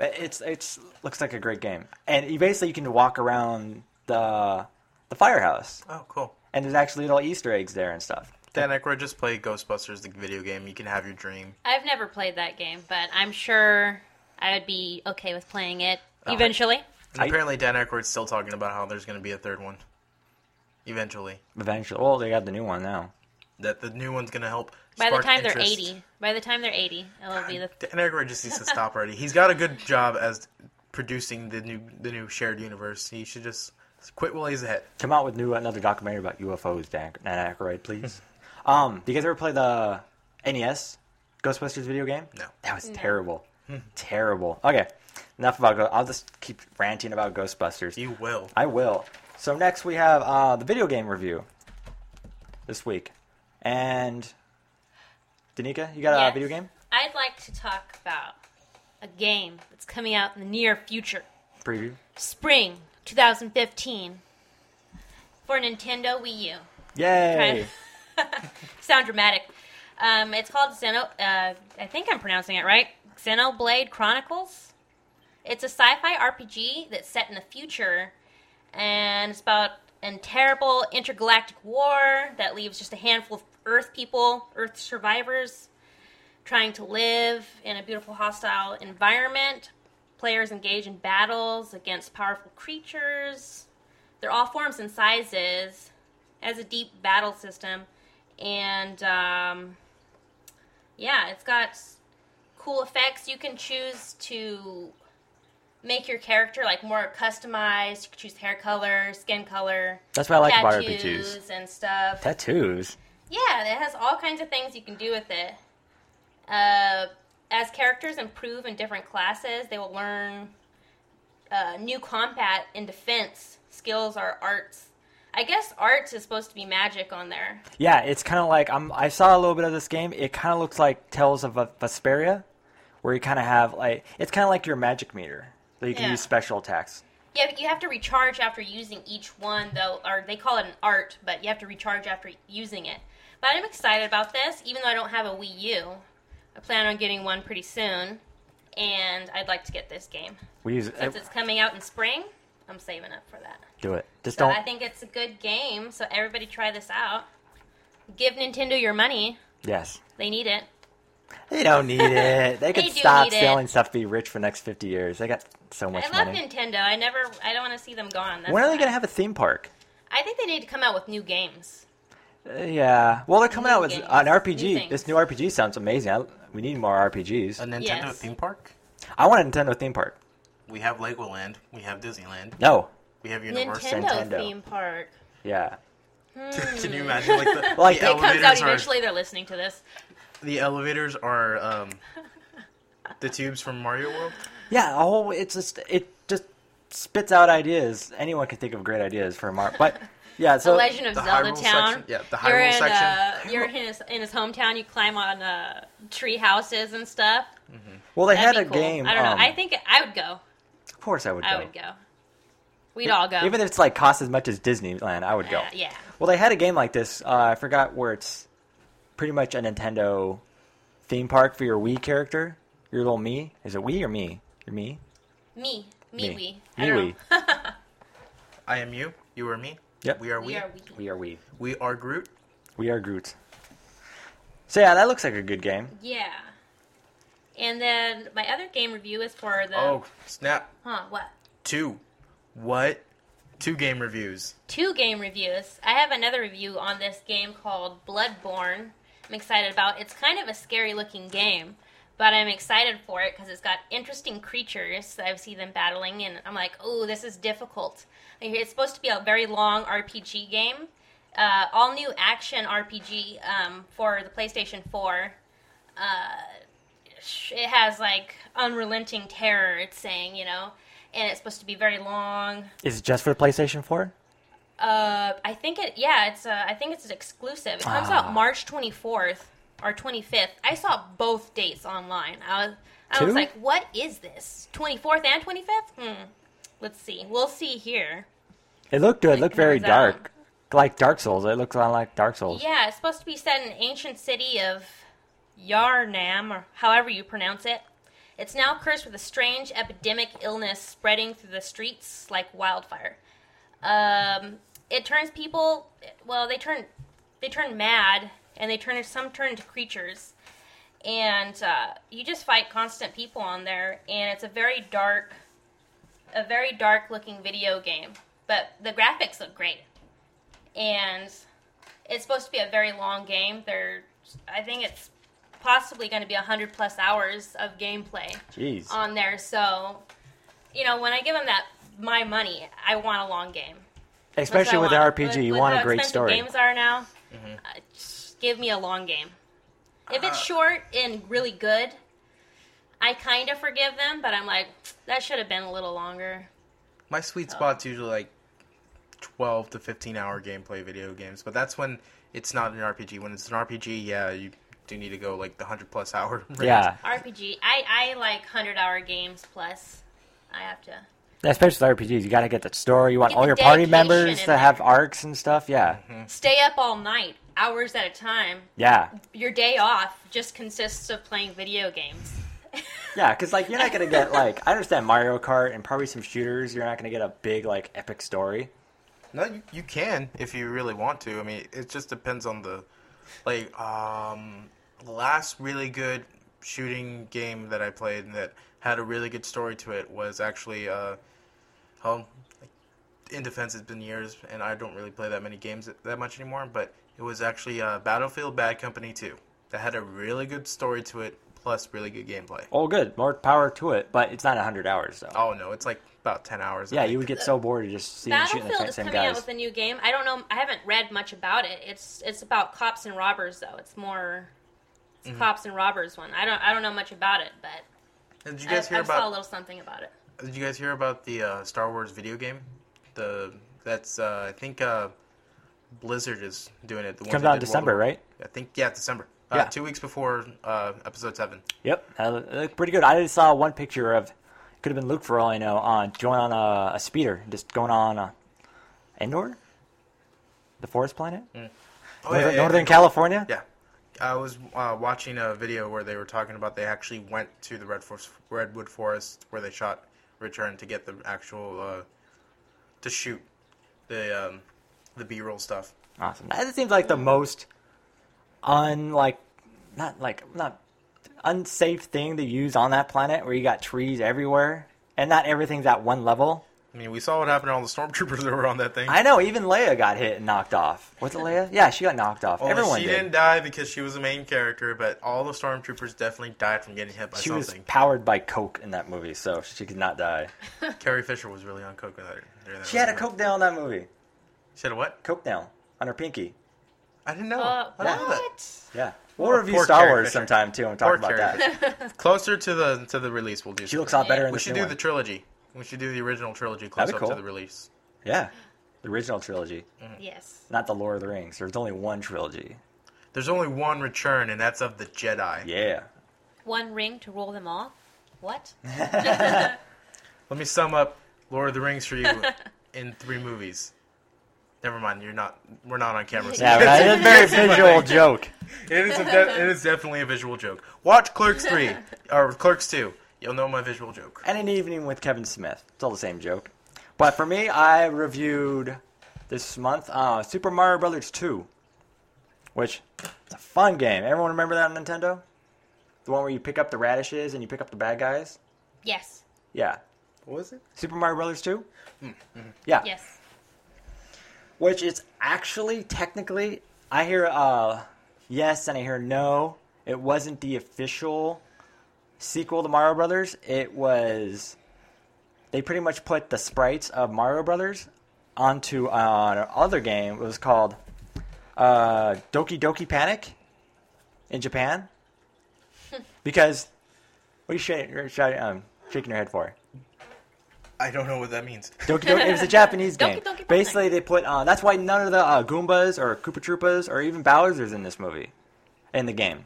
It- It's it's looks like a great game, and you basically you can walk around the the firehouse,
Oh, cool.
and there's actually little Easter eggs there and stuff.
Dan Aykroyd just played Ghostbusters, the video game. You can have your dream.
I've never played that game, but I'm sure I would be okay with playing it
Oh,
eventually.
And
I-
apparently, Dan Aykroyd's still talking about how there's going to be a third one. Eventually.
Eventually, well, they got the new one now.
That the new one's going to help.
By the
spark
time they're
interest.
80, by the time they're 80, it'll be the.
Dan Aykroyd just needs to stop already. He's got a good job as producing the new the new shared universe. He should just quit while he's ahead.
Come out with new another documentary about UFOs, Dan, Dan Aykroyd, please. um, do you guys ever play the NES Ghostbusters video game?
No.
that was terrible, terrible. Okay, enough about. Go- I'll just keep ranting about Ghostbusters.
You will.
I will. So next we have uh, the video game review this week, and Danica, you got
Yes.
a video game
I'd like to talk about a game that's coming out in the near future.
preview?
spring 2015 for Nintendo Wii U.
Yay!
Sound dramatic. Um, it's called Xeno. Uh, I think I'm pronouncing it right. Xenoblade Chronicles. It's a sci-fi RPG that's set in the future, and it's about a terrible intergalactic war that leaves just a handful of Earth people, Earth survivors, trying to live in a beautiful, hostile environment. Players engage in battles against powerful creatures. They're all forms and sizes. It has a deep battle system, and um, yeah, it's got cool effects. You can choose to make your character like more customized. You can choose hair color, skin color,
That's what I like about
tattoos
RPGs.
and stuff.
Tattoos.
Yeah, it has all kinds of things you can do with it. Uh, as characters improve in different classes, they will learn uh, new combat and defense skills or arts. I guess arts is supposed to be magic on there.
Yeah, it's kind of like I'm, I saw a little bit of this game. It kind of looks like Tales of Ves- Vesperia, where you kind of have like it's kind of like your magic meter that you can
Yeah.
use special attacks.
Yeah, but you have to recharge after using each one, though, or they call it an art, but you have to recharge after using it. But I'm excited about this, even though I don't have a Wii U. I plan on getting one pretty soon, and I'd like to get this game.
We use
Since it's coming out in spring, I'm saving up for that.
do it. Just
So
don't.
I think it's a good game, so everybody try this out. Give Nintendo your money.
yes,
They need it.
they don't need it. They
[LAUGHS] They
could
do
stop
need it.
selling stuff, be rich for the next fifty years. They got so much
I love
money.
Nintendo. I never I don't want to see them gone. That's
When are they
why.
going to have a theme park?
I think they need to come out with new games.
Uh, yeah. Well, they're coming
New
out with
games,
an
new
RPG.
things.
this new RPG sounds amazing. I, we need more RPGs.
A Nintendo
Yes.
theme park?
I want a Nintendo theme park.
We have Legoland. We have Disneyland.
No.
We have Universal. [LAUGHS]
Nintendo,
Nintendo.
theme park.
Yeah.
Can you imagine? Like the,
Like,
the
it
It comes out
elevators are
eventually. They're listening to this.
the elevators are um, the tubes from Mario World.
Yeah. A whole. It's just it just spits out ideas. Anyone can think of great ideas for a mark.
[LAUGHS]
But yeah. So
the Legend of
the
Zelda
Hyrule
town.
section- yeah, the
you're
Hyrule
in,
section.
Uh, you're in his, in his hometown. You climb on uh, tree houses and stuff.
well, they
That'd
had a
be cool.
game.
I don't know.
um,
I think I would go.
of course I would.
I
go.
would go. We'd all go.
Even if it's like costs as much as Disneyland, I would go.
Uh, yeah.
Well, they had a game like this. Uh, I forgot where it's pretty much a Nintendo theme park for your Wii character. Your little me. Is it Wii or me? Your me.
Me. Me,
Me.
we. I don't
Me,
know. [LAUGHS]
I am you. You are me.
Yep.
We are we.
we are we.
We are we.
We are Groot.
We are Groot. So yeah, that looks like a good game.
Yeah. And then my other game review is for the.
Oh snap!
Huh, what?
Two, what? Two game reviews.
Two game reviews. I have another review on this game called Bloodborne. I'm excited about. It's kind of a scary looking game, but I'm excited for it because it's got interesting creatures that I see them battling, and I'm like, oh, this is difficult. I hear It's supposed to be a very long RPG game, uh, all new action RPG um, for the PlayStation 4. Uh, it has like unrelenting terror. It's saying, you know, and it's supposed to be very long.
Is it just for the PlayStation 4?
Uh, I think it. Yeah, it's. Uh, I think it's an exclusive. It comes
Ah.
out March twenty fourth or twenty fifth. I saw both dates online. I was. I
Two?
was like, what is this? Twenty fourth and twenty fifth? Hmm. Let's see. We'll see here.
It looked good. It looked very
comes out.
dark, like Dark Souls. It looks a lot like Dark Souls.
Yeah, it's supposed to be set in ancient city of Yarnam, or however you pronounce it. It's now cursed with a strange epidemic illness spreading through the streets like wildfire. Um, it turns people, well, they turn, they turn mad, and they turn some turn into creatures, and uh, you just fight constant people on there, and it's a very dark, a very dark looking video game. But the graphics look great, and it's supposed to be a very long game. There, I think it's possibly going to be hundred plus hours of gameplay
Jeez.
on there. So, you know, when I give them that my money, I want a long game. That's what
Especially
I
with an
want.
RPG,
With-
you
with
want
how
a great
expensive
story.
Games are now. uh, just give me a long game. If it's
Uh,
short and really good, I kind of forgive them, but I'm like, that should have been a little longer.
My sweet spot's usually like twelve to fifteen hour gameplay video games, but that's when it's not an RPG. When it's an RPG, yeah, you do need to go like the hundred plus hour. [LAUGHS] Range.
Yeah,
RPG, I I like hundred hour games plus. I have to.
especially with RPGs. You got to get the story. You want
Get
all
the
your party
dedication
members
in Mm-hmm.
to have
there.
arcs and stuff. Yeah.
stay up all night hours at a time.
Yeah,
Your day off just consists of playing video games.
yeah, because like you're not gonna get like I understand Mario Kart and probably some shooters. You're not gonna get a big like epic story.
No, you, you can if you really want to. I mean, it just depends on the like um the last really good shooting game that I played and that had a really good story to it was actually uh home in defense it's been years and I don't really play that many games that- that much anymore, but it was actually uh, Battlefield Bad Company 2 that had a really good story to it plus really good gameplay.
Oh, good, more power to it, but it's not hundred hours though.
Oh no, it's like about 10 hours. I
yeah,
think.
you would get so bored of just seeing shooting the
Battlefield
same,
is
same
coming out
guys.
with a new game. I don't know. I haven't read much about it. It's it's about cops and robbers though. It's more it's cops and robbers one. I don't I don't know much about it, but
Did you
I,
guys hear
I
about
saw a little something about it.
Did you guys hear about the uh, Star Wars video game? The that's uh, I think uh, Blizzard is doing it. The ones
Comes
that
out in
did World
December,
of-
right?
I think yeah, December. Uh,
Yeah.
Two weeks before uh, episode seven.
Yep, that look- that looked pretty good. I just saw one picture of could have been Luke for all I know on going on a, a speeder, just going on uh Endor, the forest planet,
Oh,
Northern, Northern California.
Yeah, I was uh, watching a video where they were talking about they actually went to the Red Forest, Redwood Forest where they shot Return to get the actual uh, to shoot the um, the B roll stuff.
Awesome. That seems like the most unlike not like not unsafe thing to use on that planet where you got trees everywhere and not everything's at one level.
I mean, we saw what happened to all the stormtroopers [LAUGHS] that were on that thing.
I know, even Leia got hit and knocked off. Was it Leia? Yeah, she got knocked off.
Only
Everyone
Oh, she
did.
not die because she was a main character, but all the stormtroopers definitely died from getting hit by
She was
something.
powered by Coke in that movie, so she could not die.
Carrie Fisher was really on coke with her. during that
She had a
movie.
Coke down in that movie.
She had a what?
Coke down on her pinky.
I didn't know.
Uh,
Oh, I don't know that.
what?
Yeah. We'll review
Oh, poor
Star
Carrie
Wars
Fisher.
sometime too and
Poor
talk about
Carrie
that.
Closer to the to the release, we'll do.
She looks a
something.
lot better in
We
this
should
new
do the
one.
trilogy. We should do the original trilogy close
That'd be
up to
cool.
the release.
Yeah. The original trilogy.
Yes.
Not the Lord of the Rings. There's only one trilogy.
There's only one return, and that's of the Jedi.
Yeah.
One ring to rule them all. What? [LAUGHS]
Let me sum up Lord of the Rings for you in three movies. Never mind, you're not. We're not on camera. so
Yeah,
[LAUGHS] you
right.
can't
It's a very visual joke.
It is, a de- it is definitely a visual joke. Watch
[LAUGHS]
Clerks 3, or Clerks 2. You'll know my visual joke.
And an evening with Kevin Smith. It's all the same joke. But for me, I reviewed this month uh, Super Mario Brothers 2, which it's a fun game. Everyone remember that on Nintendo? The one where you pick up the radishes and you pick up the bad guys?
Yes.
Yeah.
What was it?
Super Mario Brothers 2? Yeah.
Yes.
Which it's actually technically I hear uh yes and I hear no. It wasn't the official sequel to Mario Brothers. It was they pretty much put the sprites of Mario Brothers onto uh, an other game. It was called uh, Doki Doki Panic in Japan. because what are you shaking, shaking, um, shaking your head for?
I don't know what that means.
Doki Doki. It was a Japanese
Doki
game.
Doki Panic.
Basically, they put. Uh, that's why none of the uh, Goombas or Koopa Troopas or even Bowser's in this movie, in the game,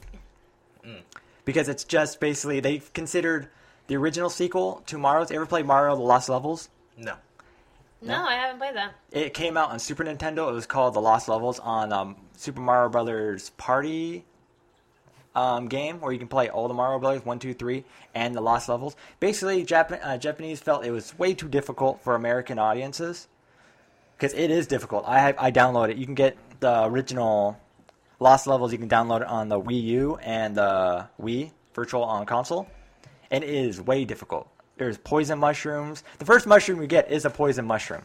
because it's just basically they considered the original sequel to Mario's. Ever played Mario: The Lost Levels?
No.
No, I haven't played that.
It came out on Super Nintendo. It was called The Lost Levels on um, Super Mario Brothers Party um, game where you can play all the Mario Brothers one, two, three, and the Lost Levels. Basically, Japan uh, Japanese felt it was way too difficult for American audiences because it is difficult. I have, I download it. You can get the original Lost Levels. You can download it on the Wii U and the Wii Virtual on console, and it is way difficult. There's poison mushrooms. The first mushroom you get is a poison mushroom.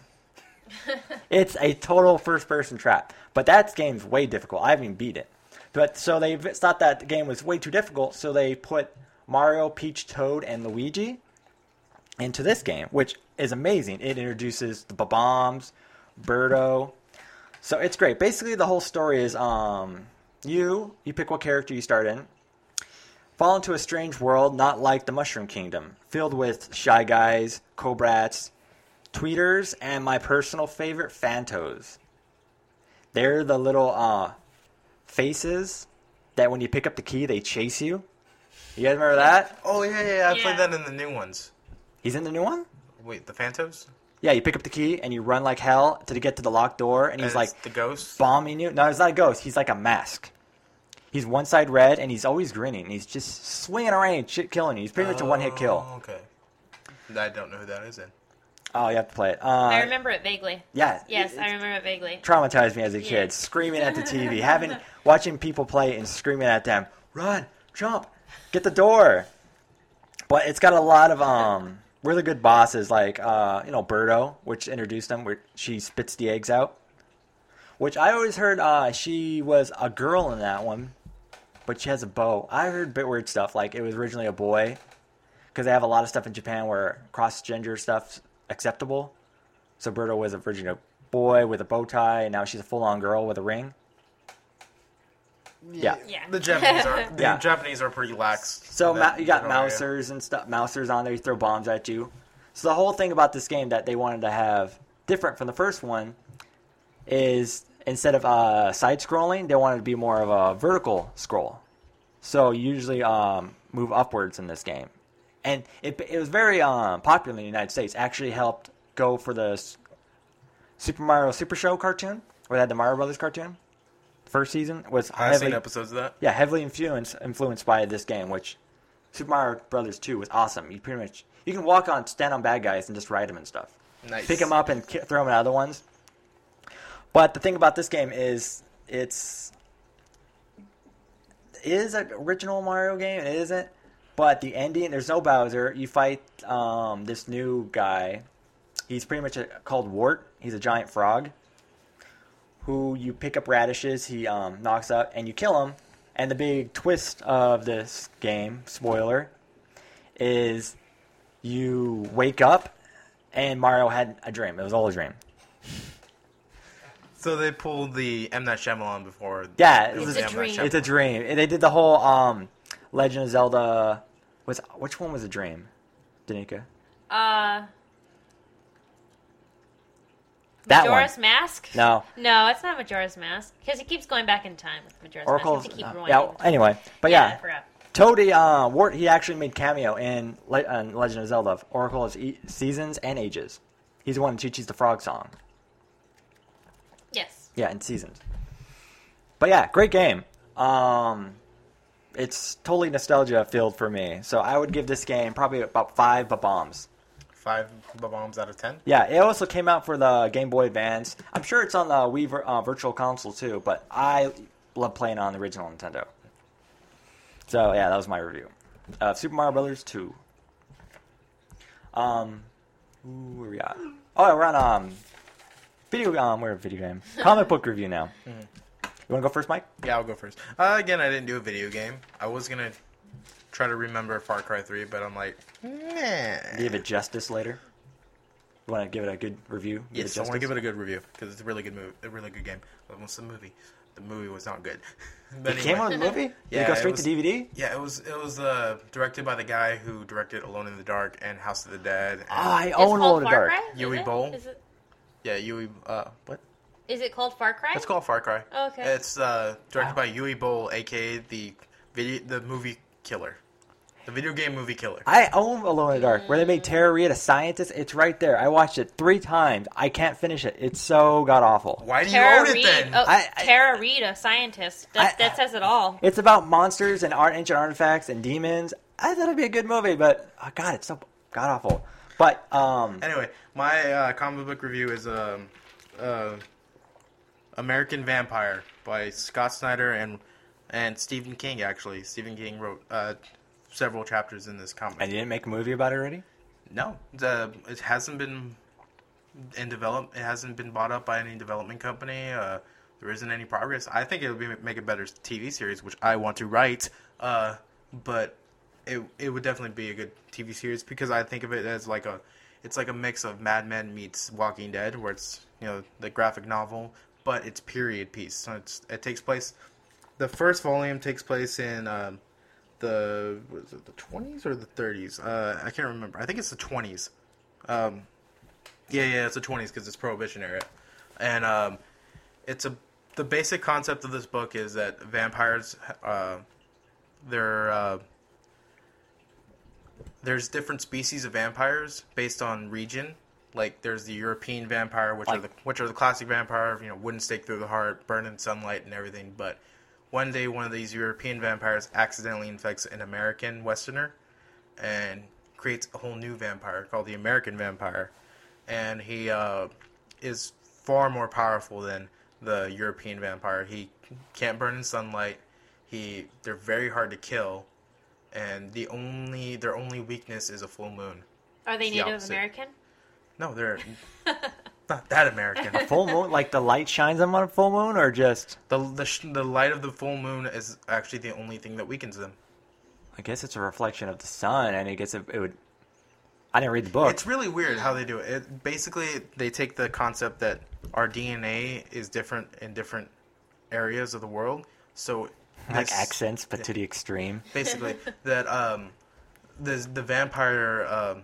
It's a total first person trap. But that game's way difficult. I haven't even beat it. But so they thought that the game was way too difficult, so they put Mario, Peach, Toad, and Luigi into this game, which is amazing. It introduces the Bob-Bombs, Birdo. So it's great. Basically the whole story is um you you pick what character you start in, fall into a strange world not like the Mushroom Kingdom, filled with shy guys, cobrats, tweeters, and my personal favorite, Phantos. They're the little uh, faces that when you pick up the key, they chase you. You guys remember that?
Oh, yeah, yeah, yeah. I
Yeah.
played that in the new ones.
He's in the new one?
Wait, the Phantos?
Yeah, you pick up the key and you run like hell to get to the locked door, and he's
And
like
it's the ghost.
bombing you. No, it's not a ghost. He's like a mask. He's one side red, and he's always grinning. He's just swinging around and shit killing you. He's pretty much a one hit kill.
Oh, Okay. I don't know who that is then.
Oh, you have to play it. Uh,
I remember it vaguely.
Yeah.
Yes,
it-
I remember it vaguely.
traumatized me as a kid,
Yeah.
screaming at the TV, having watching people play and screaming at them, run, jump, get the door. But it's got a lot of um, really good bosses, like uh, you know Birdo, which introduced them, where she spits the eggs out. Which I always heard uh, she was a girl in that one, but she has a bow. I heard bit weird stuff, like it was originally a boy, because they have a lot of stuff in Japan where cross gender stuff's acceptable. So Berto was a virgin boy with a bow tie, and now she's a full on girl with a ring. Yeah.
Yeah.
The Japanese are
[LAUGHS]
the
Yeah.
Japanese are pretty lax.
So
in
ma-
that-
you got
that area.
mousers and stuff. Mousers on there, you throw bombs at you. So the whole thing about this game that they wanted to have different from the first one is instead of uh, side scrolling, they wanted to be more of a vertical scroll. So you usually um, move upwards in this game, and it it was very um, popular in the United States. Actually helped go for the S- Super Mario Super Show cartoon, where they had the Mario Brothers cartoon. First season was
I've seen
heavily-
episodes of that.
yeah, heavily influenced influenced by this game, which Super Mario Brothers Two was awesome. You pretty much you can walk on stand on bad guys and just ride them and stuff.
Nice.
Pick them up and ki- throw them at other ones. But the thing about this game is it's it is an original Mario game. It isn't, but the ending there's no Bowser. You fight um, this new guy. He's pretty much a, called Wart. He's a giant frog who you pick up radishes, he um, knocks out, and you kill him. And the big twist of this game, spoiler, is you wake up and Mario had a dream. It was all a dream.
So they pulled the M Night Shyamalan before.
Yeah, it
It
was
was
a
M Night
dream.
Shyamalan.
It's a dream. And they did the whole um, Legend of Zelda. Was which one was a dream, Danica?
Uh,
That
Majora's
one.
Mask?
No.
No, it's not Majora's Mask. Because he keeps going back in time with Majora's
Oracle's.
Mask. They keep
no.
ruining
Yeah.
it.
Anyway, but
I
yeah,
forgot.
Toadie, uh, Wart, he actually made cameo in Le- uh, Legend of Zelda, Oracle of e- Seasons and Ages. He's the one that teaches the frog song.
Yes.
Yeah, in Seasons. But yeah, great game. Um, it's totally nostalgia filled for me. So I would give this game probably about five bombs.
Five bombs out of ten.
Yeah, it also came out for the Game Boy Advance. I'm sure it's on the Wii vir- uh, Virtual Console too, but I love playing on the original Nintendo. So yeah, that was my review of Super Mario Brothers 2. Um, ooh, where we at? Oh, we're on um, video. Um, we're a video game comic book review now.
[LAUGHS]
You want
Mm-hmm.
to go first, Mike?
Yeah, I'll go first. Uh, again, I didn't do a video game. I was gonna try to remember Far Cry 3, but I'm like, nah.
Give it justice later. You want to give it a good review? Give
Yes, I want to give it a good review because it's a really good movie, a really good game. But what's the movie? The movie was not good. [LAUGHS] but
It came out in the movie. Did
[LAUGHS] Yeah,
it go
it
straight
was-
to DVD?
yeah, it was it was uh, directed by the guy who directed Alone in the Dark and House of the Dead. And,
Ah, I
It's
own
called
Loaded
Far
Dark.
Cry?
Yui
Is it?
Bowl?
Is it,
yeah, Yui. Uh, what?
is it called Far Cry?
It's called Far Cry.
Oh, Okay.
It's uh, directed by Yui Bowl, aka the video, the movie killer, the video game movie killer.
I own Alone in the Dark, where they made Tara Reid a scientist. It's right there. I watched it three times. I can't finish it. It's so god awful.
Why do
Tara
you own it
Reid.
then?
Oh,
I- I-
Tara Reid, a scientist. That,
I-
that says it all.
It's about monsters and art, ancient artifacts and demons. I thought it'd be a good movie, but oh god, it's so god awful. But um,
Anyway, my uh, comic book review is um, uh, American Vampire by Scott Snyder and and Stephen King. Actually, Stephen King wrote uh, several chapters in this comic.
and you didn't make a movie about it already.
no, the, it hasn't been in develop. It hasn't been bought up by any development company. Uh, there isn't any progress. I think it would be, make a better TV series, which I want to write. Uh, but it it would definitely be a good TV series because I think of it as like a it's like a mix of Mad Men meets Walking Dead, where it's you know the graphic novel, but it's period piece. So it's it takes place. The first volume takes place in um, the was it the twenties or the thirties? Uh, I can't remember. I think it's the twenties. Um, yeah, yeah, it's the twenties because it's Prohibition era, and um, it's a the basic concept of this book is that vampires, uh, they're uh, there's different species of vampires based on region, Like there's the European vampire, which are
Like-
the which are the classic vampire, you know, wooden stake through the heart, burn in sunlight and everything. But one day, one of these European vampires accidentally infects an American Westerner, and creates a whole new vampire called the American Vampire, and he uh, is far more powerful than the European vampire. He can't burn in sunlight. He they're very hard to kill, and the only their only weakness is a full moon.
Are they
It's the
Native
opposite.
American?
No, they're not that American.
Full moon, like the light shines on a full moon, or just
the the, sh- the light of the full moon is actually the only thing that weakens them.
I guess it's a reflection of the sun, and I guess it, it would. I didn't read the book.
It's really weird how they do it. it. Basically, they take the concept that our DNA is different in different areas of the world. So,
like
this-
accents, but to the extreme.
basically, that um, the the vampire um,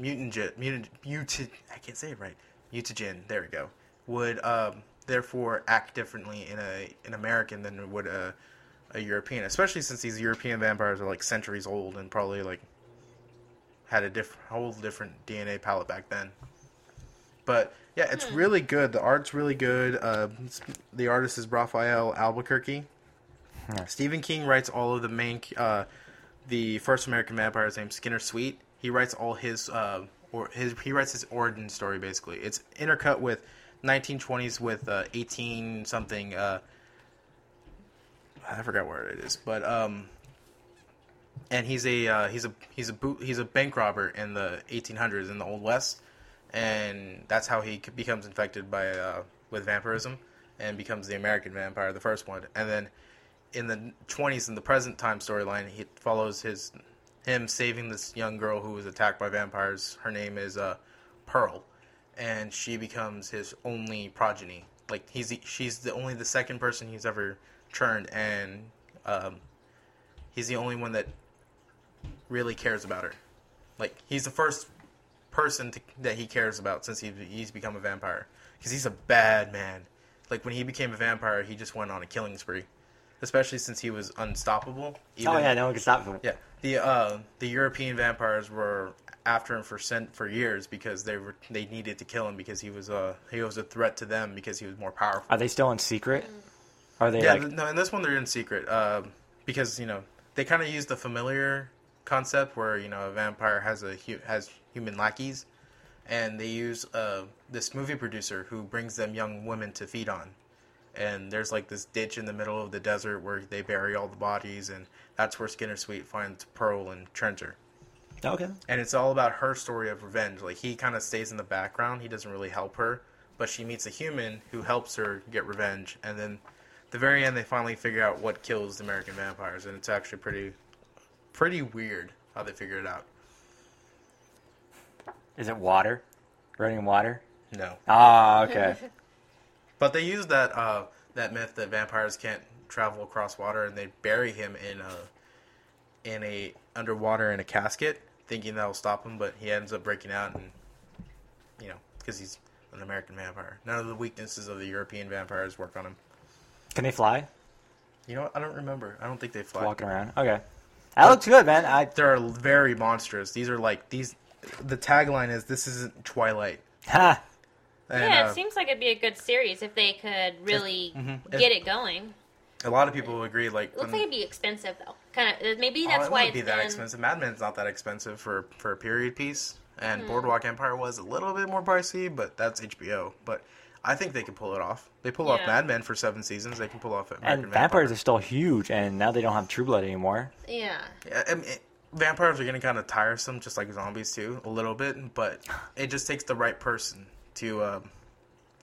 mutagen, mutant, mutant, I can't say it right, mutagen. There we go. Would um, therefore act differently in a an American than would a a European, especially since these European vampires are like centuries old and probably like had a diff- whole different DNA palette back then. But yeah, it's really good. The art's really good. Uh, it's- the artist is Raphael Albuquerque. Stephen King writes all of the main, uh, the first American vampire's name Skinner Sweet. He writes all his, uh, or his he writes his origin story basically. It's intercut with 1920s with uh, 18 something. Uh, I forgot where it is, but um, and he's a uh, he's a he's a boot, he's a bank robber in the 1800s in the Old West, and that's how he c- becomes infected by uh, with vampirism and becomes the American vampire, the first one, and then in the 20s in the present time storyline, he follows his him saving this young girl who was attacked by vampires. Her name is uh, Pearl, and she becomes his only progeny. Like he's the- she's the only the second person he's ever churned, and um, he's the only one that really cares about her. Like he's the first person to, that he cares about since he, he's become a vampire because he's a bad man. Like when he became a vampire, he just went on a killing spree, especially since he was unstoppable.
oh
even-
yeah, no one can stop him.
yeah, the uh, the European vampires were after him for sent for years because they were they needed to kill him because he was a he was a threat to them because he was more powerful.
Are they still in secret? Are they
yeah,
like?
th- no, in this one they're in secret uh, because you know they kind of use the familiar concept where you know a vampire has a hu- has human lackeys, and they use uh, this movie producer who brings them young women to feed on. And there's like this ditch in the middle of the desert where they bury all the bodies, and that's where Skinner Sweet finds Pearl and Trencher
Okay.
and it's all about her story of revenge. Like he kind of stays in the background; he doesn't really help her, but she meets a human who helps her get revenge. And then, the very end, they finally figure out what kills the American vampires, and it's actually pretty, pretty weird how they figure it out.
Is it water? Running water?
No,
Ah, okay.
but they use that uh, that myth that vampires can't travel across water, and they bury him in a in a underwater in a casket, thinking that'll stop him, but he ends up breaking out, and you know, because he's an American vampire. None of the weaknesses of the European vampires work on him.
Can they fly?
You know, what? I don't remember. I don't think they fly.
Walking around. Okay. That looks good, man. I
They're very monstrous. These are like these. The tagline is "This isn't Twilight."
ha.
And,
yeah,
uh,
it seems like it'd be a good series if they could really
Mhm.
get it going.
a lot of people agree. Like,
It looks
when-
like it'd be expensive though. Kind of maybe
Oh,
that's
it
why
wouldn't
it's
be that
been-
expensive. Mad Men's not that expensive for for a period piece,
Hmm.
and Boardwalk Empire was a little bit more pricey, but that's HBO. But I think they can pull it off. They pull off
Yeah.
Mad Men for seven seasons. They can pull off American
And vampires are still huge, and now they don't have True Blood anymore.
Yeah.
Yeah, I mean, it- vampires are getting kind of tiresome, just like zombies too, a little bit. But it just takes the right person to um,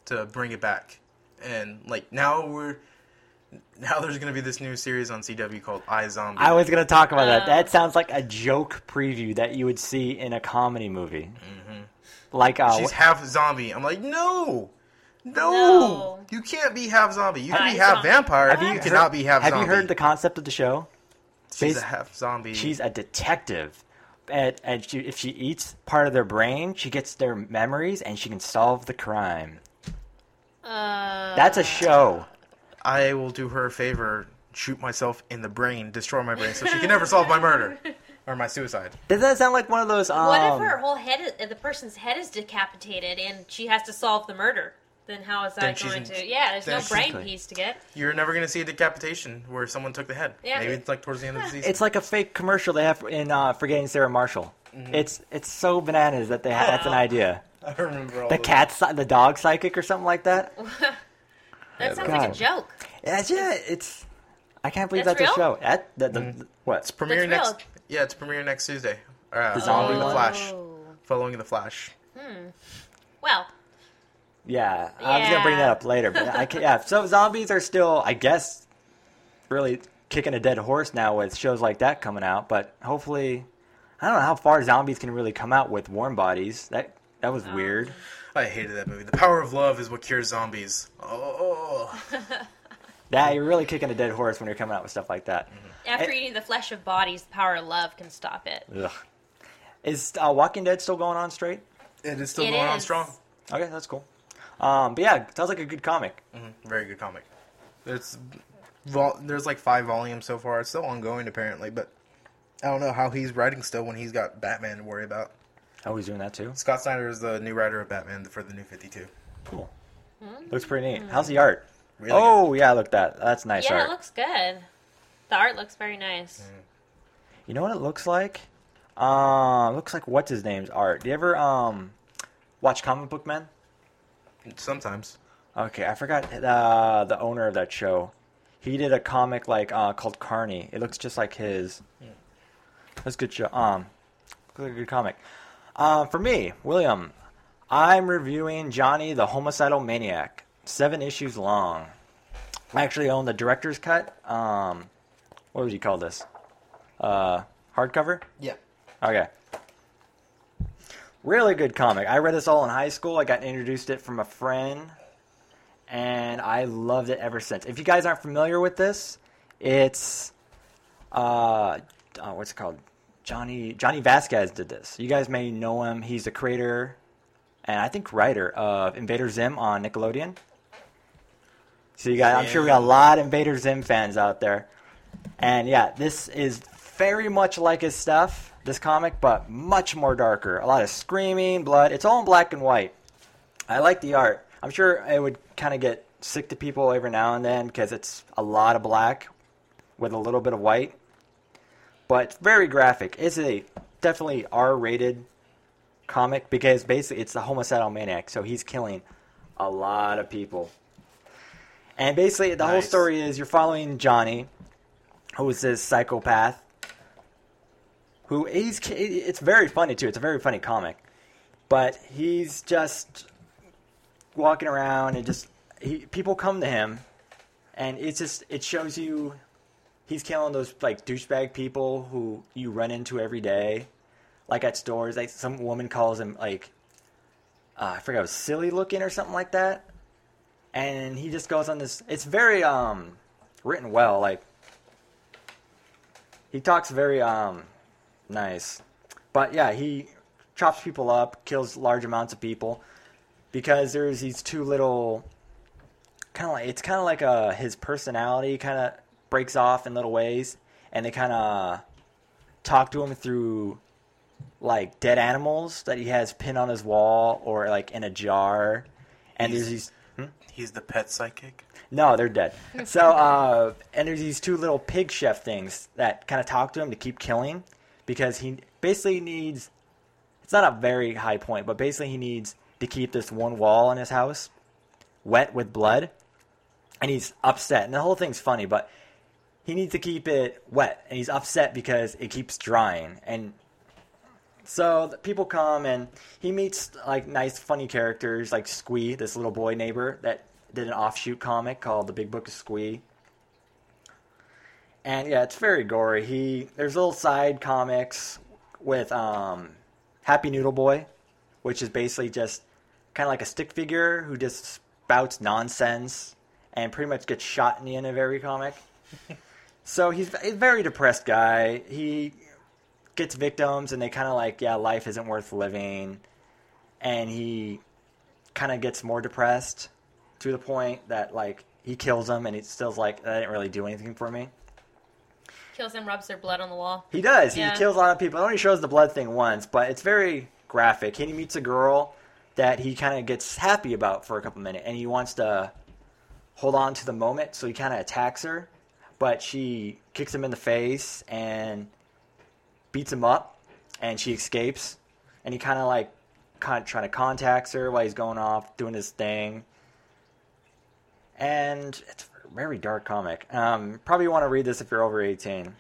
to bring it back. And like now we're now there's gonna be this new series on CW called I Zombie.
I was gonna talk about that.
Oh.
That sounds like a joke preview that you would see in a comedy movie. Like, uh,
Mm-hmm. She's
wh-
half zombie. I'm like, no, no,
No.
you can't be half zombie. You can
Hi,
be half
zombie.
vampire.
have
but
you
you,
heard-
cannot be half
Have
zombie.
you heard the concept of the show?
She's a
bas-
half zombie.
She's a detective, and, and she, if she eats part of their brain, she gets their memories, and she can solve the crime.
Uh,
That's
Ah.
a show.
I will do her a favor. Shoot myself in the brain, destroy my brain, so she can never solve my murder. or my suicide.
Doesn't that sound like one of those? Um,
What if her whole head, is- the person's head is decapitated, and she has to solve the murder? Then how is
Then
that
she's
going
in-
to? Yeah, there's no
then she's
brain
like-
piece to get.
You're never gonna see a decapitation where someone took the head.
Yeah.
Maybe it's like towards the end of the season.
It's like a fake commercial they have in uh, Forgetting Sarah Marshall.
Mm-hmm.
It's it's so bananas that they ha-
[GASPS]
that's an
Wow.
idea.
I remember all
The
those.
cat, psy- the dog psychic, or something like
[LAUGHS]
that.
That sounds like a
God.
joke.
That's yeah, it's. I can't believe
That's
that's, a
real? Mm.
show. That the, the,
It's
what?
premiere
That's
next.
real.
Yeah, it's premiere next Tuesday. Uh,
The zombie
following the
one?
Flash.
Oh.
Following the Flash.
Well,
Yeah, I was gonna bring that up later, but I
[LAUGHS]
can, yeah. So zombies are still, I guess, really kicking a dead horse now with shows like that coming out. But hopefully, I don't know how far zombies can really come out with warm bodies. That that
Oh.
was weird.
I hated that movie. The power of love is what cures zombies. Oh,
That you're really kicking a dead horse when you're coming out with stuff like that.
after
I-
eating the flesh of bodies, the power of love can stop it.
Ugh. Is uh, Walking Dead still going on straight?
it is still
It
going on
is.
strong.
Okay, that's cool. Um, but yeah, sounds like a good comic.
Very good comic. It's vol- there's like five volumes so far. It's still ongoing apparently, but I don't know how he's writing still when he's got Batman to worry about.
Oh, he's doing that too.
Scott Snyder is the new writer of Batman for the New Fifty Two.
Cool. Looks pretty neat. How's the art?
Really
oh yeah, look that. That's nice
yeah,
art.
it looks good. The art looks very nice.
you know what it looks like? Um, looks like what's his name's art. Do you ever um watch Comic Book Men?
good. Sometimes
Okay, I forgot uh, the owner of that show. He did a comic like uh, called Carney. It looks just like his. That's a good show. Um, looks like a good comic. Uh, for me, William, I'm reviewing Johnny the Homicidal Maniac, seven issues long. I actually own the director's cut. Um, what would you call this? Uh, hardcover.
Yeah.
Okay. Really good comic. I read this all in high school. I got introduced to it from a friend, and I loved it ever since. If you guys aren't familiar with this, it's uh, uh what's it called? Johnny Johnny Vasquez did this. You guys may know him. He's the creator and I think writer of Invader Zim on Nickelodeon. So you got, I'm sure we got a lot of Invader Zim fans out there. And yeah, this is very much like his stuff, this comic, but much more darker. A lot of screaming, blood. It's all in black and white. I like the art. I'm sure it would kind of get sick to people every now and then because it's a lot of black with a little bit of white. But it's very graphic. It's a definitely R-rated comic because basically it's the homicidal maniac, so he's killing a lot of people. And basically, the whole
Nice.
story is you're following Johnny, who is this psychopath. Who he's ki- it's very funny too. It's a very funny comic, but he's just walking around and just he, people come to him, and it's just it shows you he's killing those like douchebag people who you run into every day, like at stores. Like some woman calls him like uh, I forgot, it was silly looking or something like that. And he just goes on this. It's very um written well. Like he talks very um nice, but yeah, he chops people up, kills large amounts of people because there's these two little kind of like it's kind of like uh his personality kind of breaks off in little ways, and they kind of talk to him through like dead animals that he has pinned on his wall or like in a jar. And there's these
he's the pet psychic.
no, they're dead. So, uh, and there's these two little pig chef things that kind of talk to him to keep killing because he basically needs. It's not a very high point, but basically he needs to keep this one wall in his house wet with blood, and he's upset. And the whole thing's funny, but he needs to keep it wet, and he's upset because it keeps drying. And so the people come and he meets like nice, funny characters like Squee, this little boy neighbor that did an offshoot comic called The Big Book of Squee. And yeah, it's very gory. He there's little side comics with um, Happy Noodle Boy, which is basically just kind of like a stick figure who just spouts nonsense and pretty much gets shot in the end of every comic. so he's a very depressed guy. He gets victims and they kind of like yeah life isn't worth living and he kind of gets more depressed to the point that like he kills them and he still's like that didn't really do anything for me
kills him, rubs their blood on the wall.
He does.
Yeah.
He kills a lot of people. It only shows the blood thing once, but it's very graphic. He meets a girl that he kind of gets happy about for a couple minutes, and he wants to hold on to the moment, so he kind of attacks her, but she kicks him in the face and beats him up, and she escapes, and he kind of like kind of trying to contact her while he's going off doing his thing, and it's a very dark comic. Um, probably want to read this if you're over eighteen.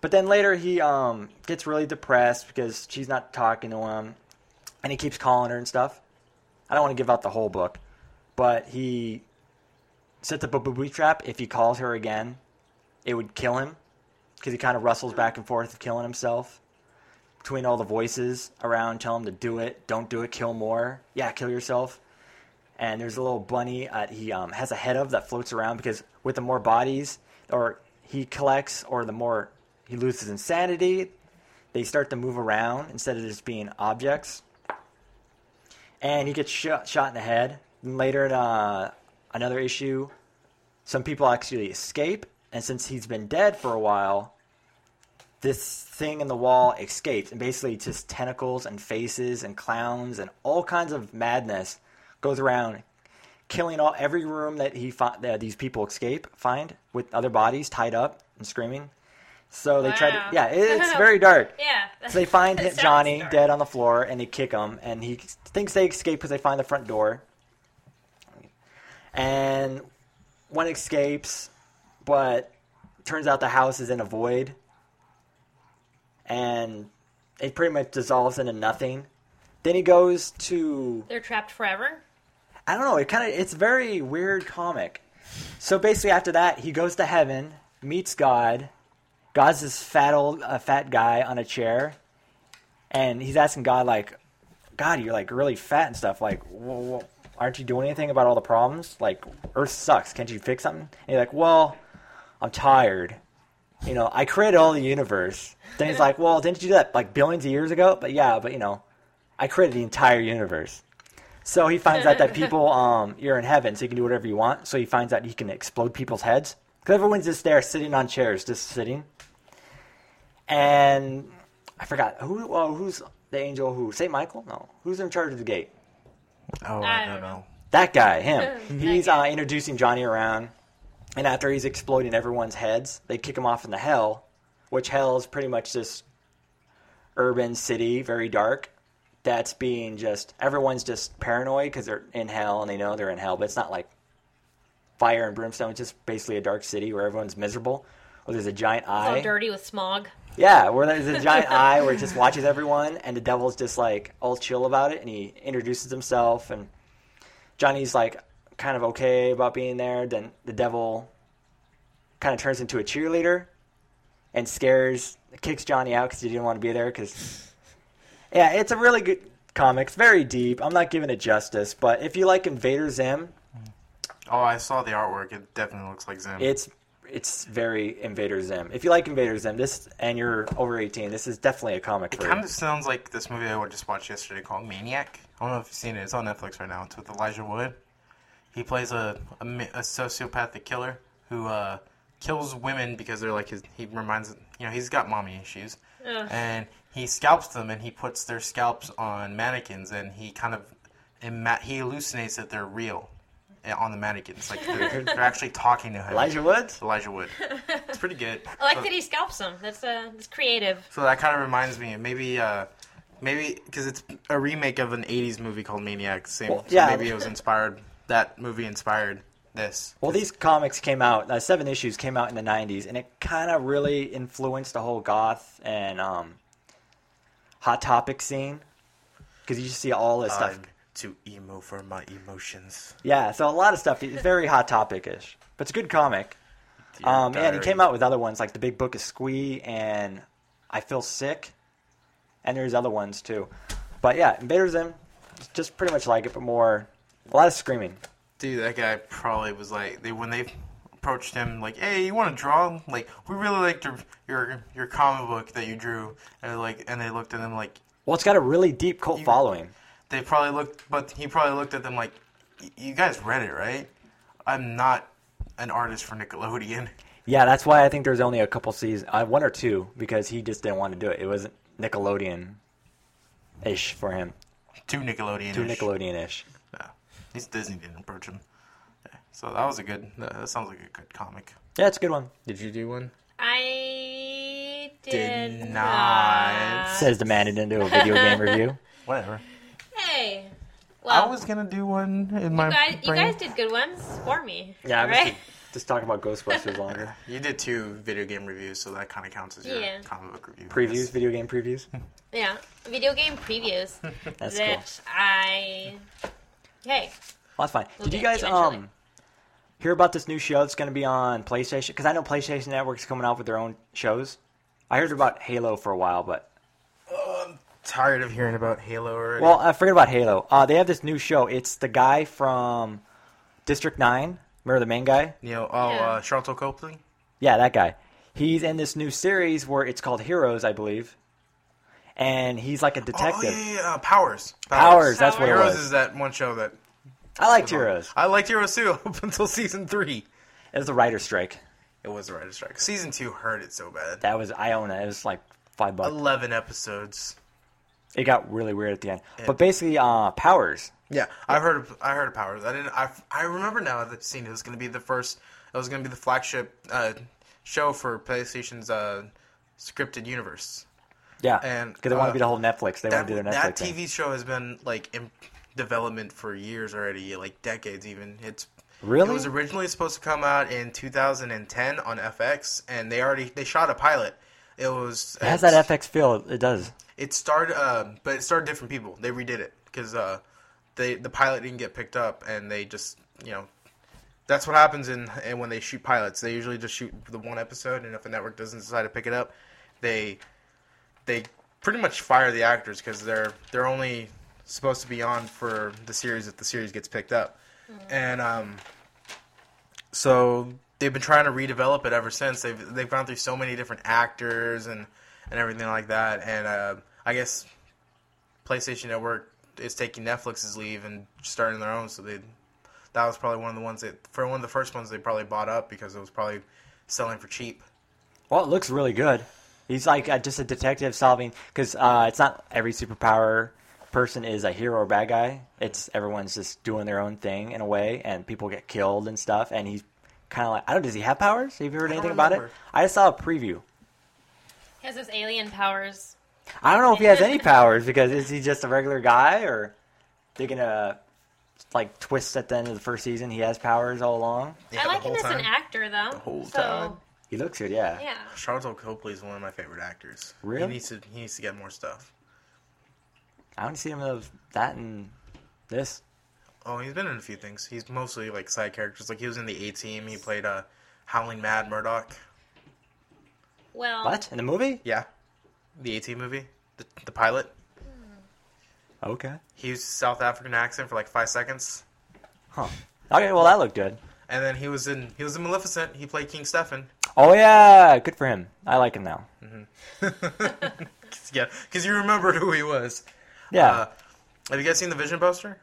But then later he um, gets really depressed because she's not talking to him, and he keeps calling her and stuff. I don't want to give out the whole book, but he sets up a booby trap. If he calls her again, it would kill him because he kind of wrestles back and forth of killing himself between all the voices around tell him to do it, don't do it, kill more, yeah, kill yourself. And there's a little bunny uh, he um, has a head of that floats around because with the more bodies or he collects or the more he loses insanity, they start to move around instead of just being objects. And he gets shot, shot in the head. And later in uh, another issue, some people actually escape. And since he's been dead for a while, this thing in the wall escapes, and basically just tentacles and faces and clowns and all kinds of madness goes around, killing all every room that he fi- that these people escape find with other bodies tied up and screaming. So they try to
Wow.
yeah, it, it's very dark.
Yeah.
So they
[LAUGHS]
find
That
him-
sounds
Johnny
dark.
dead on the floor, and they kick him, and he thinks they escape because they find the front door. And one escapes, but turns out the house is in a void, and it pretty much dissolves into nothing. Then he goes to
They're trapped forever.
I don't know. It kind of it's very weird comic. So basically, after that, he goes to heaven, meets God. God's this fat old uh, fat guy on a chair, and he's asking God like, "God, you're like really fat and stuff. Like, wh- wh- aren't you doing anything about all the problems? Like, Earth sucks. Can't you fix something?" And he's like, "Well, I'm tired. You know, I created all the universe." Then he's like, "Well, didn't you do that like billions of years ago?" But yeah, but you know, I created the entire universe. So he finds out that people, um, you're in heaven, so you can do whatever you want. So he finds out he can explode people's heads because everyone's just there, sitting on chairs, just sitting. And I forgot who. Well, who's the angel? Who Saint Michael? No, who's in charge of the gate?
Oh,
I
I,
don't
don't
know.
know.
That guy, him.
[LAUGHS] That
He's
guy.
uh, introducing Johnny around, and after he's exploding everyone's heads, they kick him off in the hell, which hell is pretty much this urban city, very dark. That's being just everyone's just paranoid because they're in hell and they know they're in hell, but it's not like fire and brimstone. It's just basically a dark city where everyone's miserable. Or there's a giant
It's all
eye.
dirty with smog.
Yeah, where there's a giant eye where it just watches everyone, and the devil's just like all chill about it, and he introduces himself, and Johnny's like kind of okay about being there. Then the devil kind of turns into a cheerleader and scares, kicks Johnny out because he didn't want to be there. Because yeah, it's a really good comic. It's very deep. I'm not giving it justice, but if you like Invader Zim,
Oh, I saw the artwork. It definitely looks like Zim.
it's it's very Invader Zim. If you like Invader Zim, this and you're over 18, this is definitely a comic
it
for you.
kind of sounds like this movie I just watched yesterday called Maniac. I don't know if you've seen it. It's on Netflix right now. It's with Elijah Wood. He plays a a, mi- a sociopathic killer who uh, kills women because they're like his. He reminds you know he's got mommy issues,
Ugh.
and he scalps them and he puts their scalps on mannequins and he kind of ima- he hallucinates that they're real eh, on the mannequins like
[LAUGHS]
they're, they're actually talking to him.
Elijah Woods?
Elijah Wood. It's pretty good.
[LAUGHS] I like that he scalps them. That's uh, that's creative.
So that kind of reminds me, maybe, uh, maybe because it's a remake of an '80s movie called Maniac. Same,
Well,
so
yeah.
maybe it was inspired. That movie inspired this.
Well, these comics came out, uh, seven issues came out in the 90s, and it kind of really influenced the whole goth and um, Hot Topic scene. Because you just see all this stuff.
I'm too emo for my emotions.
Yeah, so a lot of stuff. It's very Hot Topic ish. But it's a good comic.
Dear
Um, and he
diary.
came out with other ones like The Big Book of Squee and I Feel Sick. And there's other ones too. But yeah, Invader Zim, just pretty much like it, but more. A lot of screaming.
Dude, that guy probably was like they when they approached him like, "Hey, you want to draw? Like, we really liked your your your comic book that you drew." And they're like, and they looked at him like
Well, it's got a really deep cult following.
they probably looked, but he probably looked at them like, "You guys read it, right? I'm not an artist for Nickelodeon." [LAUGHS]
Yeah, that's why I think there's only a couple seasons, uh, one or two, because he just didn't want to do it. It was Nickelodeon ish for him,
Too Nickelodeon.
too Nickelodeon ish.
Yeah. At least Disney didn't approach him. Yeah. So that was a good. uh, That that sounds like a good comic.
Yeah, it's a good one.
Did you do one?
I did,
Did
not.
not.
Says the man who didn't do a video
[LAUGHS]
game review.
Um,
Whatever.
Hey, well,
I was gonna do one in my
you, guys, you
brain.
guys did good ones for me.
Yeah, I was
right.
just talking about Ghostbusters longer.
You did two video game reviews, so that kind of counts as your
Yeah.
comic book review.
[LAUGHS]
I
Previews,
guess.
video game previews.
[LAUGHS] Yeah, video game
[LAUGHS]
previews
That's
that
cool.
I. Hey,
Well, that's fine.
We'll
Did you
get
guys
eventually.
um hear about this new show that's going to be on PlayStation? Because I know PlayStation Network's coming out with their own shows. I heard about Halo for a while, but
Tired of hearing about Halo already.
well, I forget about Halo. Uh, they have this new show. It's the guy from District Nine. Remember the main guy?
you know, oh,
Yeah.
uh, Charlton Copley.
Yeah, that guy. He's in this new series where it's called Heroes, I believe, and he's like a
Oh,
detective.
yeah, yeah, yeah, uh, Powers.
Powers, that's what it
Heroes
was.
is that one show that
I liked Heroes.
I liked Heroes too [LAUGHS] up until season three.
It was the writer's strike.
It was a writer's strike. Season two hurt it so bad.
That was I own it. It was like five bucks.
Eleven episodes.
It got really weird at the end. But basically, uh, Powers.
Yeah, I've heard of I heard of Powers. I didn't. I, I remember now that scene. It was going to be the first. It was going to be the flagship uh, show for PlayStation's uh, scripted universe.
Yeah,
And,
because they want to
uh,
be the whole Netflix. They want
That
to do their Netflix
that
thing.
TV show has been like in development for years already, like decades even. It's
Really?
It was originally supposed to come out in 2010 on FX, and they already they shot a pilot. It was
It has that FX feel. It does.
it started, uh, but it started different people. They redid it because uh, they the pilot didn't get picked up, and they just you know that's what happens in and when they shoot pilots, they usually just shoot the one episode, and if the network doesn't decide to pick it up, they they pretty much fire the actors because they're they're only supposed to be on for the series if the series gets picked up, and um, so they've been trying to redevelop it ever since. They've they've gone through so many different actors and and everything like that, and uh, I guess PlayStation Network is taking Netflix's leave and starting their own. So they that was probably one of the ones that for one of the first ones they probably bought up because it was probably selling for cheap.
Well, it looks really good. He's like uh, just a detective solving because uh, it's not every superpower person is a hero or bad guy. It's everyone's just doing their own thing in a way, and people get killed and stuff. And he's kind of like, I don't. Does he have powers? Have you heard
don't
anything about it?
remember.
I just saw a preview.
he has those alien powers.
I don't know if he has any powers because is he just a regular guy or they're gonna like twist at the end of the first season he has powers all along.
Yeah,
I
the
like him
whole
as an
time.
actor, though.
whole
so,
time.
He looks good, yeah.
yeah.
Charlton Copley is one of my favorite actors.
Really?
He needs to he needs to get more stuff.
I want to see him of that and this.
Oh, he's been in a few things. He's mostly like side characters. Like he was in the A Team. He played uh, Howling Mad Murdoch.
Well,
What in the movie?
Yeah, the A Team movie, the, the pilot.
Okay.
He used South African accent for like five seconds,
Huh. Okay. Well, that looked good.
and then he was in he was in Maleficent. He played King Stefan. [LAUGHS]
Oh yeah, good for him. I like him now.
Yeah, because you remembered who he was.
Yeah.
Uh, have you guys seen the Vision Buster?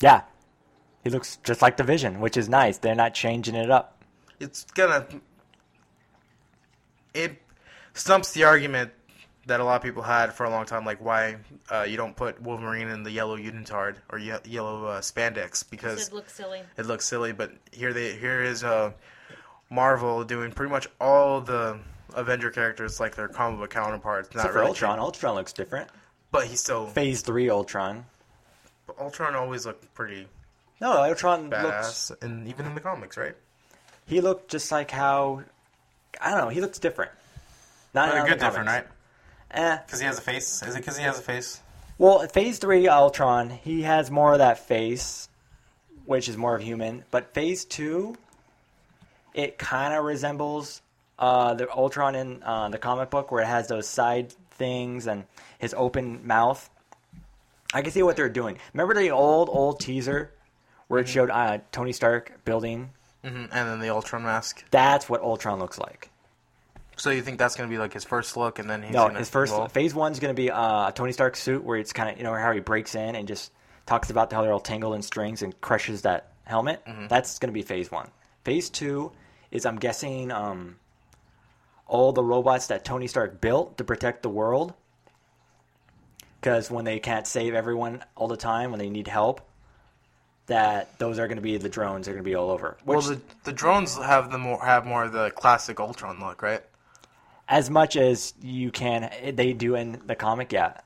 yeah. He looks just like the Vision, which is nice. They're not changing it up.
It's gonna it stumps the argument that a lot of people had for a long time, like why uh, you don't put Wolverine in the yellow unitard or ye- yellow uh, spandex because
it looks silly.
it looks silly. But here they here is uh, Marvel doing pretty much all the Avenger characters like their comic book counterparts. Not
Except for
really,
Ultron. Ultron looks different.
but he still
Phase three Ultron.
Ultron always looked pretty
No, Ultron looks.
badass, and even in the comics, right?
He looked just like how. I don't know. He looks different. Not
But a
in
good
the
different, right?
comics. Eh.
Because he has a face. Is it because he has a face?
Well, Phase Three Ultron, he has more of that face, which is more of human. But Phase Two, it kind of resembles uh, the Ultron in uh, the comic book, where it has those side things and his open mouth. I can see what they're doing. Remember the old old teaser where it showed uh, Tony Stark building?
hmm And then the Ultron mask.
That's what Ultron looks like.
So you think that's gonna be like his first look, and then he's
No,
gonna
his first
evolve?
phase one's going to be uh, a Tony Stark suit where it's kind of you know how he breaks in and just talks about how they're all tangled in strings and crushes that helmet. That's going to be phase one. Phase two is I'm guessing um, all the robots that Tony Stark built to protect the world. Because when they can't save everyone all the time, when they need help, that those are going to be the drones. They're going to be all over. Which,
Well, the the drones have the more have more of the classic Ultron look, right?
as much as you can, eh, they do in the comic. Yeah,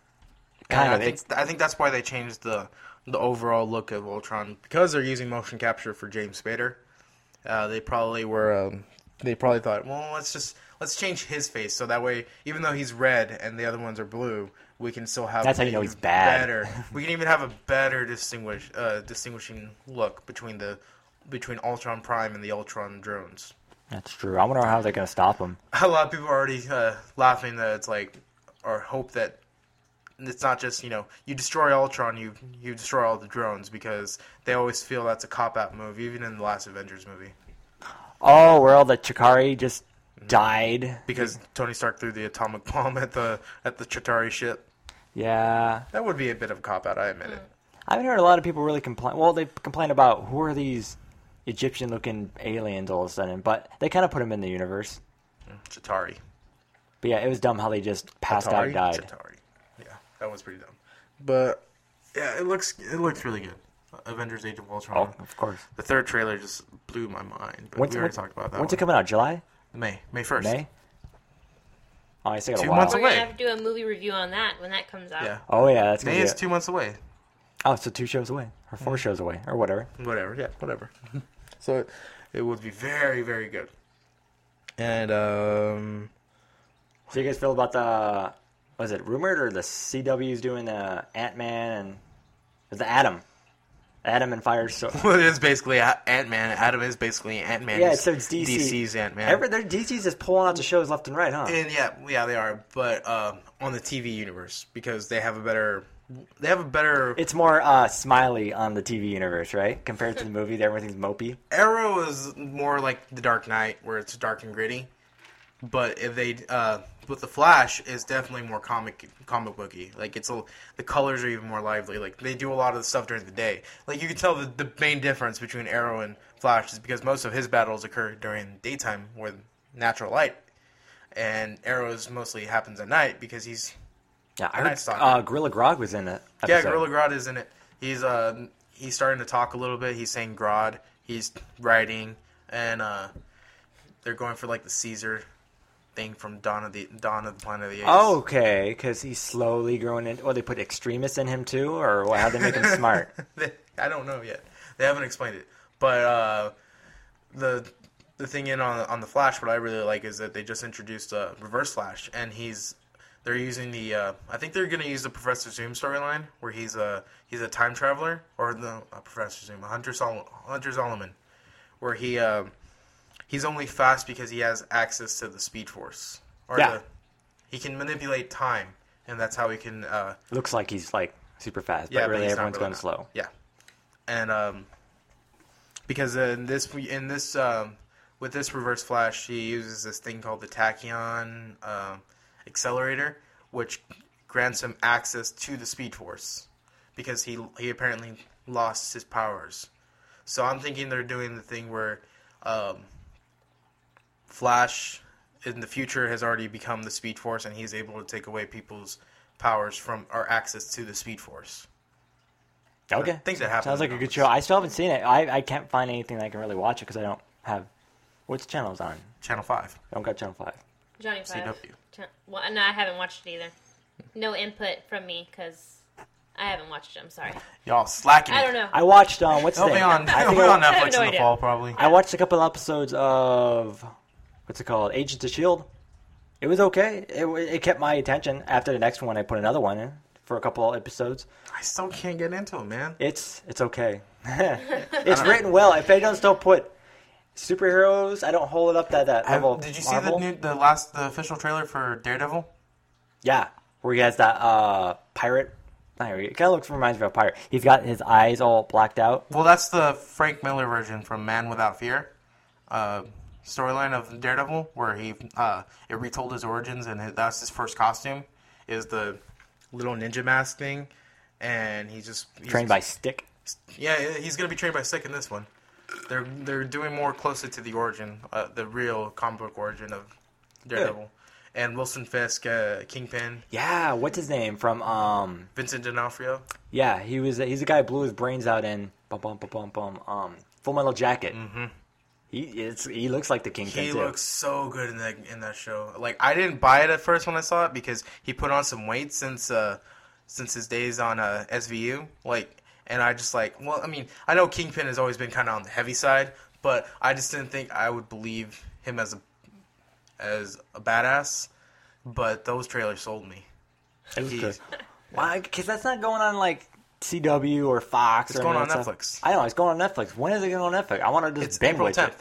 kind
And
of.
I think
It's-
I think that's why they changed the the overall look of Ultron because they're using motion capture for James Spader. Uh, they probably were um, they probably thought, well, let's just let's change his face so that way, even though he's red and the other ones are blue, we can still have
That's how you know
a
he's bad. [LAUGHS]
Better, we can even have a better distinguish uh, distinguishing look between the between Ultron Prime and the Ultron drones.
that's true. I wonder how they're going to stop them.
a lot of people are already uh, laughing that it's like, or hope that it's not just you know you destroy Ultron, you you destroy all the drones because they always feel that's a cop out move, even in the last Avengers movie,
Oh, where all the Chikari just died.
because Tony Stark threw the atomic [LAUGHS] bomb at the at the Chitari ship.
Yeah,
That would be a bit of a cop out, I admit it.
I haven't heard a lot of people really complain. Well, they complain about who are these Egyptian-looking aliens all of a sudden, but they kind of put them in the universe.
Chitari,
But yeah, it was dumb how they just passed out
Chitari,
and died.
Chitari. Yeah, that one's pretty dumb, but yeah, it looks it looks really good. Avengers: Age of
Oh,
Ultron.
of course.
The third trailer just blew my mind. But
When's,
we already
when-
talked about that.
When's
one.
it coming out? July,
May May first.
May. Oh, I still got
Two
a while.
months
We're
away.
gonna have to do a movie review on that when that comes out.
Yeah.
Oh yeah, that's gonna
May
be
is
it.
two Mm-hmm. months away.
Oh, so two shows away, or four shows away, or whatever.
Whatever. Yeah, [LAUGHS] whatever. so it would be very, very good. And um
So you guys feel about the was it rumored or the CW's doing the Ant Man and is the Atom, Atom and Fire? So
well, [LAUGHS] it is basically Ant Man. Adam is basically Ant Man.
yeah, so it's DC.
DC's Ant Man.
Every their DC's is pulling out the shows left and right, huh?
and yeah, yeah, they are, but um, on the TV universe because they have a better, they have a better.
it's more uh, smiley on the TV universe, right? Compared to the movie, that everything's mopey.
Arrow is more like The Dark Knight, where it's dark and gritty. But if they, uh, but the Flash is definitely more comic comic booky. Like it's a, the colors are even more lively. Like they do a lot of the stuff during the day. Like you can tell the, the main difference between Arrow and Flash is because most of his battles occur during daytime with natural light, and Arrow's mostly happens at night because he's
Yeah, I
And
heard
I saw
uh, Gorilla Grog was in it.
yeah,
episode.
Gorilla Grodd is in it. He's uh he's starting to talk a little bit. He's saying Grodd. He's writing, and uh, they're going for like the Caesar thing from Dawn of the Dawn of the Planet of the Apes.
Oh, okay, because he's slowly growing into. Well, they put extremists in him too, or what, how they
[LAUGHS]
make him smart?
They- I don't know yet. They haven't explained it, but uh, the the thing in on on the Flash, what I really like is that they just introduced uh, Reverse Flash, and he's they're using the uh, I think they're gonna use the Professor Zoom storyline where he's a he's a time traveler or the uh, Professor Zoom Hunter Sol- Hunter Solomon, where he uh, he's only fast because he has access to the Speed Force or
Yeah.
the, he can manipulate time, and that's how he can. Uh,
Looks like he's like super fast, but really
he's not
everyone's
really
going
not.
slow.
Yeah, and um, because in this in this um, with this reverse flash, she uses this thing called the tachyon um, accelerator, which grants him access to the speed force because he he apparently lost his powers. So I'm thinking they're doing the thing where um, Flash in the future has already become the Speed Force, and he's able to take away people's powers from or access to the Speed Force.
Okay,
think that happened
Sounds like
in
a good
comics.
show. I still haven't seen it. I, I can't find anything that I can really watch it because I don't have. What's channels on?
Channel Five.
I don't got channel five.
Johnny Five.
CW.
Ch- Well, no, I haven't watched it either. No input from me because I haven't watched it. I'm sorry.
Y'all slacking.
I don't know.
I watched um, what's the
They'll be
name?
on.
I,
They'll
think
be
I,
on
I have
Netflix
no
in the
idea.
fall, probably.
I watched a couple episodes of what's it called? Agents of Shield. E It was okay. It wa- it kept my attention. After the next one, I put another one in for a couple episodes.
I still can't get into it, man.
It's it's okay. [LAUGHS] it's written well. If they don't still put superheroes, I don't hold it up that that level. of
did you see
Marvel.
the new, the last the official trailer for Daredevil?
Yeah, where he has that uh pirate. I don't know, It kind of looks reminds me of a pirate. He's got his eyes all blacked out.
Well, that's the Frank Miller version from Man Without Fear uh, storyline of Daredevil, where he uh, it retold his origins, and his, that's his first costume is the little ninja mask thing, and he just he's,
Trained by Stick.
yeah yeah, he's gonna be trained by Sick in this one, They're they're doing more closely to the origin, uh, the real comic book origin of Daredevil, and Wilson Fisk, uh, Kingpin,
Yeah, what's his name from? Um,
Vincent D'Onofrio.
yeah, he was. He's the guy who blew his brains out in bum bum bum bum bum. Um, Full Metal Jacket. Mm-hmm. He it's, he looks like the Kingpin.
He
too.
looks so good in that in that show. Like I didn't buy it at first when I saw it because he put on some weight since uh since his days on uh SVU. Like and I just like well I mean I know Kingpin has always been kind of on the heavy side, but I just didn't think I would believe him as a as a badass. But those trailers sold me.
It was
Jeez.
good. Why? Because that's not going on like CW or Fox.
It's
or
going
any of
on
that stuff.
Netflix.
I know it's going on Netflix. When is it going on Netflix? I want to just
It's
binge
April
watch it.
10th.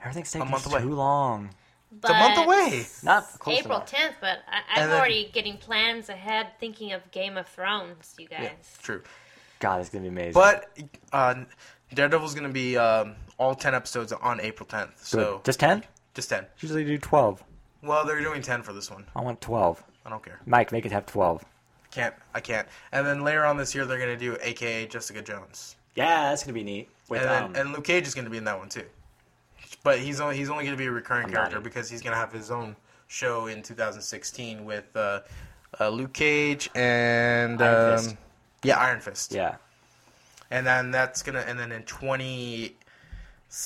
Everything's taking
month
too
away.
long.
But
It's a month away.
Not close
April
enough.
10th, but I, I'm
And then-
already getting plans ahead thinking of Game of Thrones, you guys.
Yeah, true.
God, it's gonna be amazing.
But uh, Daredevil's gonna be um, all ten episodes on April 10th.
Good.
So
just ten?
just ten.
Usually do twelve.
Well, they're doing ten for this one.
I want twelve.
I don't care.
Mike, make it have twelve.
Can't I can't. And then later on this year they're gonna do AKA Jessica Jones,
Yeah, that's gonna be neat. With
and
um,
then, and Luke Cage is gonna be in that one too. But he's only he's only gonna be a recurring
I'm not
character
in.
because he's gonna have his own show in 2016 with uh, uh, Luke Cage and
Iron
um,
Fist.
yeah Iron Fist.
yeah,
And then that's gonna and then in 2017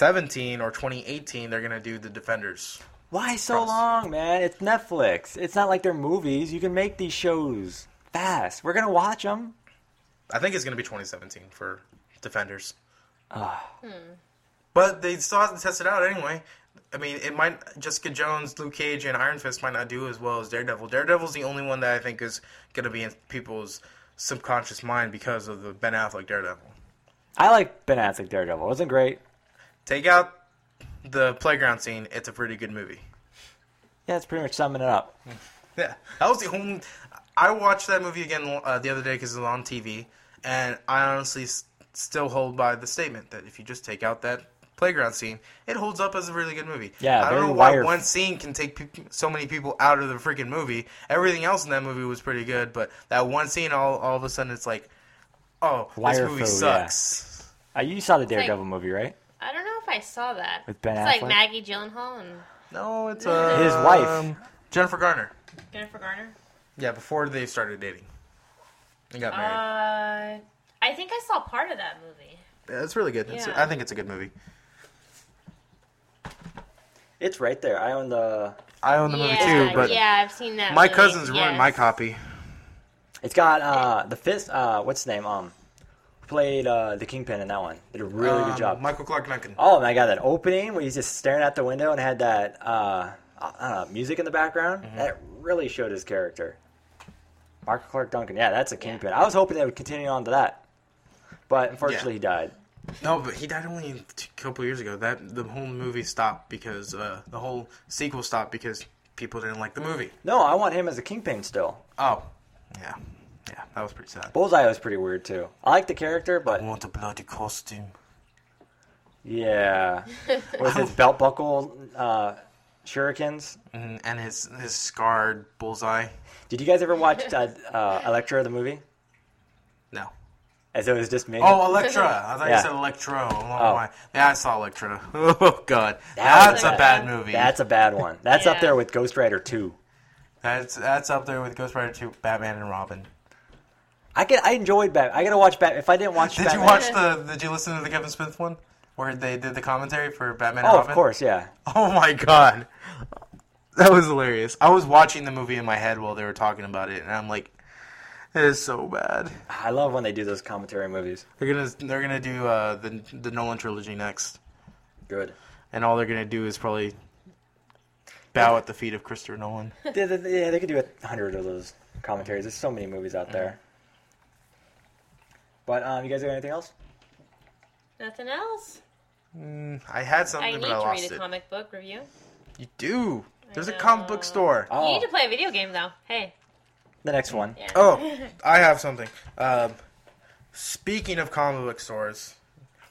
or 2018 they're gonna do the Defenders.
why so
Gross.
long, man? It's Netflix. It's not like they're movies. You can make these shows fast. We're gonna watch them.
I think it's going to be 2017 for defenders. Hmm. But they still have to test it out anyway. I mean, it might Jessica Jones, Luke Cage, and Iron Fist might not do as well as Daredevil. Daredevil's the only one that I think is going to be in people's subconscious mind because of the Ben Affleck Daredevil.
I like Ben Affleck Daredevil. It wasn't great.
Take out the playground scene; it's a pretty good movie.
Yeah, that's pretty much summing it up.
Yeah, that was the only. I watched that movie again uh, the other day because it was on TV, and I honestly s- still hold by the statement that if you just take out that playground scene, it holds up as a really good movie.
Yeah,
I don't
very
know why
wire-
one scene can take peop so many people out of the freaking movie. Everything else in that movie was pretty good, but that one scene, all all of a sudden, it's like, oh,
Wire
this movie
faux,
sucks.
Uh, you saw the
like-
Daredevil movie, right?
I don't know if I saw that.
With Ben
it's
Affleck?
like Maggie Gyllenhaal and
No, it's uh,
His wife.
Jennifer Garner.
Jennifer Garner.
Yeah, before they started dating, they got
Uh,
married.
I think I saw part of that movie.
Yeah, it's really good. It's,
Yeah.
I think it's a good movie.
It's right there. I own the.
I own the
yeah,
movie too, but
yeah, I've seen that.
my
movie.
cousins ruined my
Yes.
copy.
It's got uh the fist. Uh, what's his name? Um, who played uh the kingpin in that one. Did a really
Um,
good job.
Michael Clark Duncan.
oh my god, that opening where he's just staring out the window and had that uh, uh, uh music in the background.
Mm-hmm.
That really showed his character. Michael Clark Duncan. Yeah, that's a kingpin. I was hoping they would continue on to that, but unfortunately he died.
No, but he died only t- a couple years ago. That the whole movie stopped because uh, the whole sequel stopped because people didn't like the movie.
No, I want him as a kingpin still.
Oh, yeah, yeah, that was pretty sad.
Bullseye was pretty weird too. I like the character, but
want a bloody costume?
yeah, was his belt buckle uh, shurikens?
Mm, and his his scarred bullseye.
Did you guys ever watch uh, uh, Electra the movie?
No.
As it was just me.
Oh, Electra! I thought
Yeah.
you said Electro. Oh,
Oh.
my. Yeah, I saw Electra. [LAUGHS] Oh God,
That
that's
was
a
a-
bad movie.
that's a bad one. That's up
Yeah.
there with Ghost Rider Two.
that's that's up there with Ghost Rider Two, Batman and Robin.
I get. I enjoyed Bat. I gotta watch Bat. If I didn't watch,
Did
Batman,
you watch the? Did you listen to the Kevin Smith one where they did the commentary for Batman? and
Oh, of
Robin?
course, yeah.
Oh my god, that was hilarious. I was watching the movie in my head while they were talking about it, and I'm like, it is so bad.
I love when they do those commentary movies.
They're gonna they're gonna do uh, the the Nolan trilogy next,
[LAUGHS]
Good.
and all they're gonna do is probably bow at the feet of
[LAUGHS]
Christopher Nolan.
They- they- they- yeah, they could do a hundred of those commentaries. There's so many movies out there. But um, you guys got anything else?
Nothing else.
Mm, I had
I
something,
need
but I
to read
lost
a
it.
comic book review.
You do. There's a
know.
comic book store.
Oh,
You need to play a video game though. Hey.
the next one.
Yeah.
Oh, I have something. Um, speaking of comic book stores,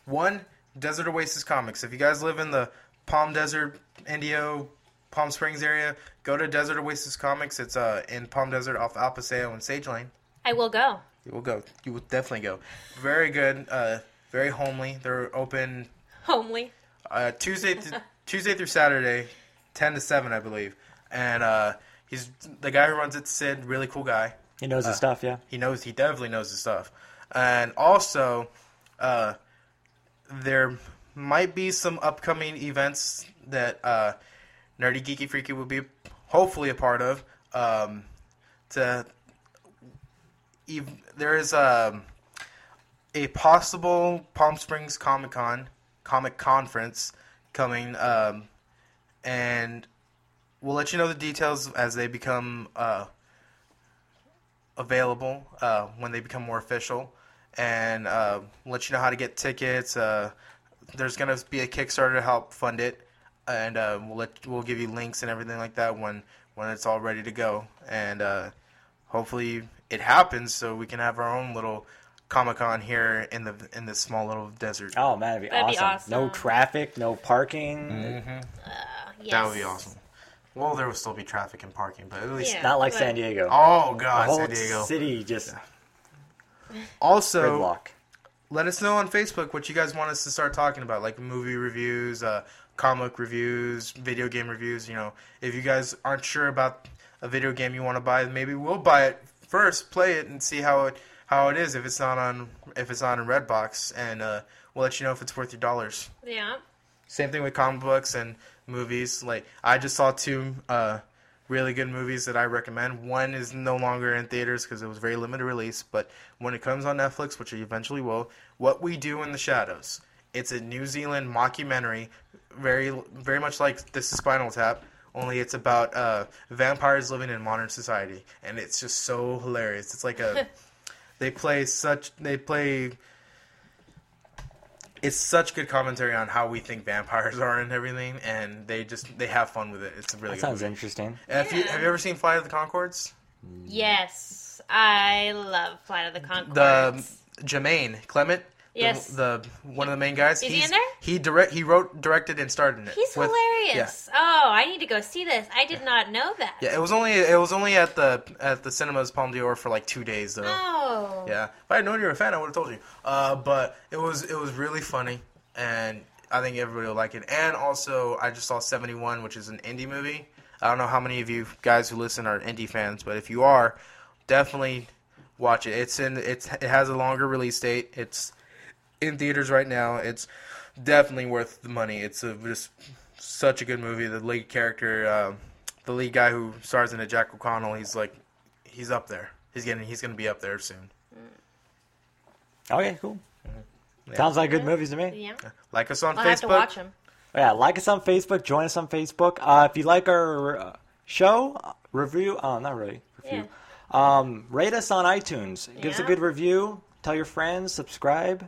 one Desert Oasis Comics. If you guys live in the Palm Desert, Indio, Palm Springs area, go to Desert Oasis Comics. It's uh, in Palm Desert off Al Paseo and Sage Lane.
I will go.
You will go. You will definitely go. Very good. Uh, very homely. They're open
Homely.
uh, Tuesday th- Tuesday through Saturday, ten to seven, I believe. And uh, he's the guy who runs it. Sid, really cool guy.
He knows his stuff, yeah.
He knows. He definitely knows his stuff. And also, uh, there might be some upcoming events that uh, Nerdy Geeky Freaky will be hopefully a part of. Um, to ev- there is um, a possible Palm Springs Comic Con comic conference coming, um, and we'll let you know the details as they become uh, available uh, when they become more official, and uh, let you know how to get tickets. Uh, there's gonna be a Kickstarter to help fund it, and uh, we'll let we'll give you links and everything like that when when it's all ready to go, and uh, hopefully it happens so we can have our own little Comic Con here in the in this small little desert.
Oh man, that'd be,
That'd
awesome.
be
No
awesome.
traffic, no parking.
Uh, Yes.
That would be awesome. Well, there will still be traffic and parking, but at least
Yeah.
Not like
but-
San Diego.
oh
the
god,
whole
San Diego.
city just
Also,
gridlock.
let us know on Facebook what you guys want us to start talking about, like movie reviews, uh, comic reviews, video game reviews. You know, if you guys aren't sure about a video game you want to buy, maybe we'll buy it first, play it, and see how it how it is. If it's not on if it's on in Redbox, and uh, we'll let you know if it's worth your dollars.
Yeah.
Same thing with comic books and movies. Like I just saw two uh, really good movies that I recommend. One is no longer in theaters because it was very limited release, but when it comes on Netflix, which it eventually will, What We Do in the Shadows. It's a New Zealand mockumentary, very very much like This is Spinal Tap, only it's about uh, vampires living in modern society, and it's just so hilarious. It's like a they play such they play it's such good commentary on how we think vampires are and everything and they just they have fun with it it's a
That
really good
sounds
movie.
interesting.
Have, you, have you ever seen flight of the concords
Yes. I love Flight of the Conchords.
the jermaine clement the-
Yes.
the, one of the main guys
Is he
he's,
in there?
he direct he wrote directed and starred in it
He's
with-
hilarious. Oh, I need to go see this. I did not know that.
yeah. yeah it was only it was only at the at the cinemas palm d'or for like two days though
Oh.
Yeah, if I had known you were a fan, I would have told you. Uh, but it was it was really funny, and I think everybody will like it. And also, I just saw Seventy One, which is an indie movie. I don't know how many of you guys who listen are indie fans, but if you are, definitely watch it. It's in it's it has a longer release date. It's in theaters right now. It's definitely worth the money. It's a, just such a good movie. The lead character, um, the lead guy who stars in it, Jack O'Connell, he's like he's up there. He's getting he's gonna be up there soon.
Okay, cool. Sounds like good movies to me.
Yeah.
Like us on
I'll
Facebook.
have to watch him.
Yeah, like us on Facebook. Join us on Facebook. Uh, if you like our uh, show, uh, review. Oh, not really. Review. Um, rate us on iTunes. Give us a
Yeah.
good review. Tell your friends. Subscribe.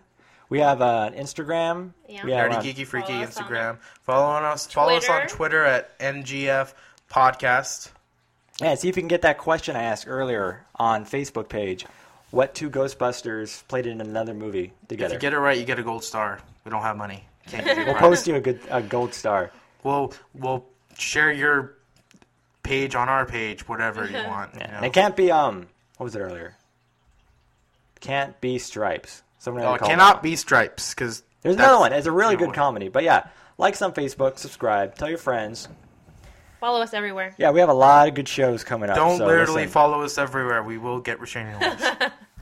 We have uh, an Instagram.
Yeah.
We have,
Nerdy
uh,
Geeky Freaky
Follow us on
Instagram. Follow on us. Follow us on
Twitter.
Twitter at NGF Podcast.
yeah, see if you can get that question I asked earlier on Facebook page. What two Ghostbusters played in another movie
If
together?
you get it right, you get a gold star. We don't have money.
[LAUGHS]
Can't give you
we'll
prizes.
post you a good a gold star.
We'll we'll share your page on our page, whatever
[LAUGHS]
you want. you
And
know.
it can't be um. What was it earlier? Can't be stripes. Someone
Oh,
had
it
to call it.
cannot be stripes because
There's another one. It's a really good comedy. But yeah, like us on Facebook, subscribe, tell your friends.
Follow us everywhere.
Yeah, we have a lot of good shows coming up.
Don't
so
literally
listen.
follow us everywhere. We will get restraining
[LAUGHS]
orders.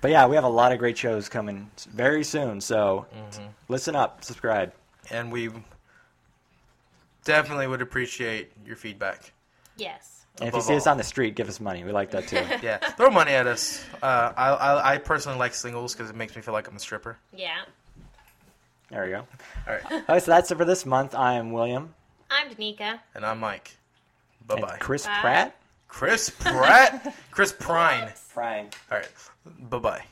But yeah, we have a lot of great shows coming very soon. So
Mm-hmm.
listen up, subscribe.
and we definitely would appreciate your feedback.
Yes.
And if you
Above
see us
all.
on the street, give us money. We like that too.
Yeah, throw money at us. Uh, I, I I personally like singles because it makes me feel like I'm a stripper.
Yeah.
there we go.
All right,
All right, so that's it for this month. I am William
I'm Danica.
and I'm Mike. Bye
and
bye.
Chris
Bye.
Pratt.
Chris Pratt. Chris Prine.
Prime.
All right. Bye bye.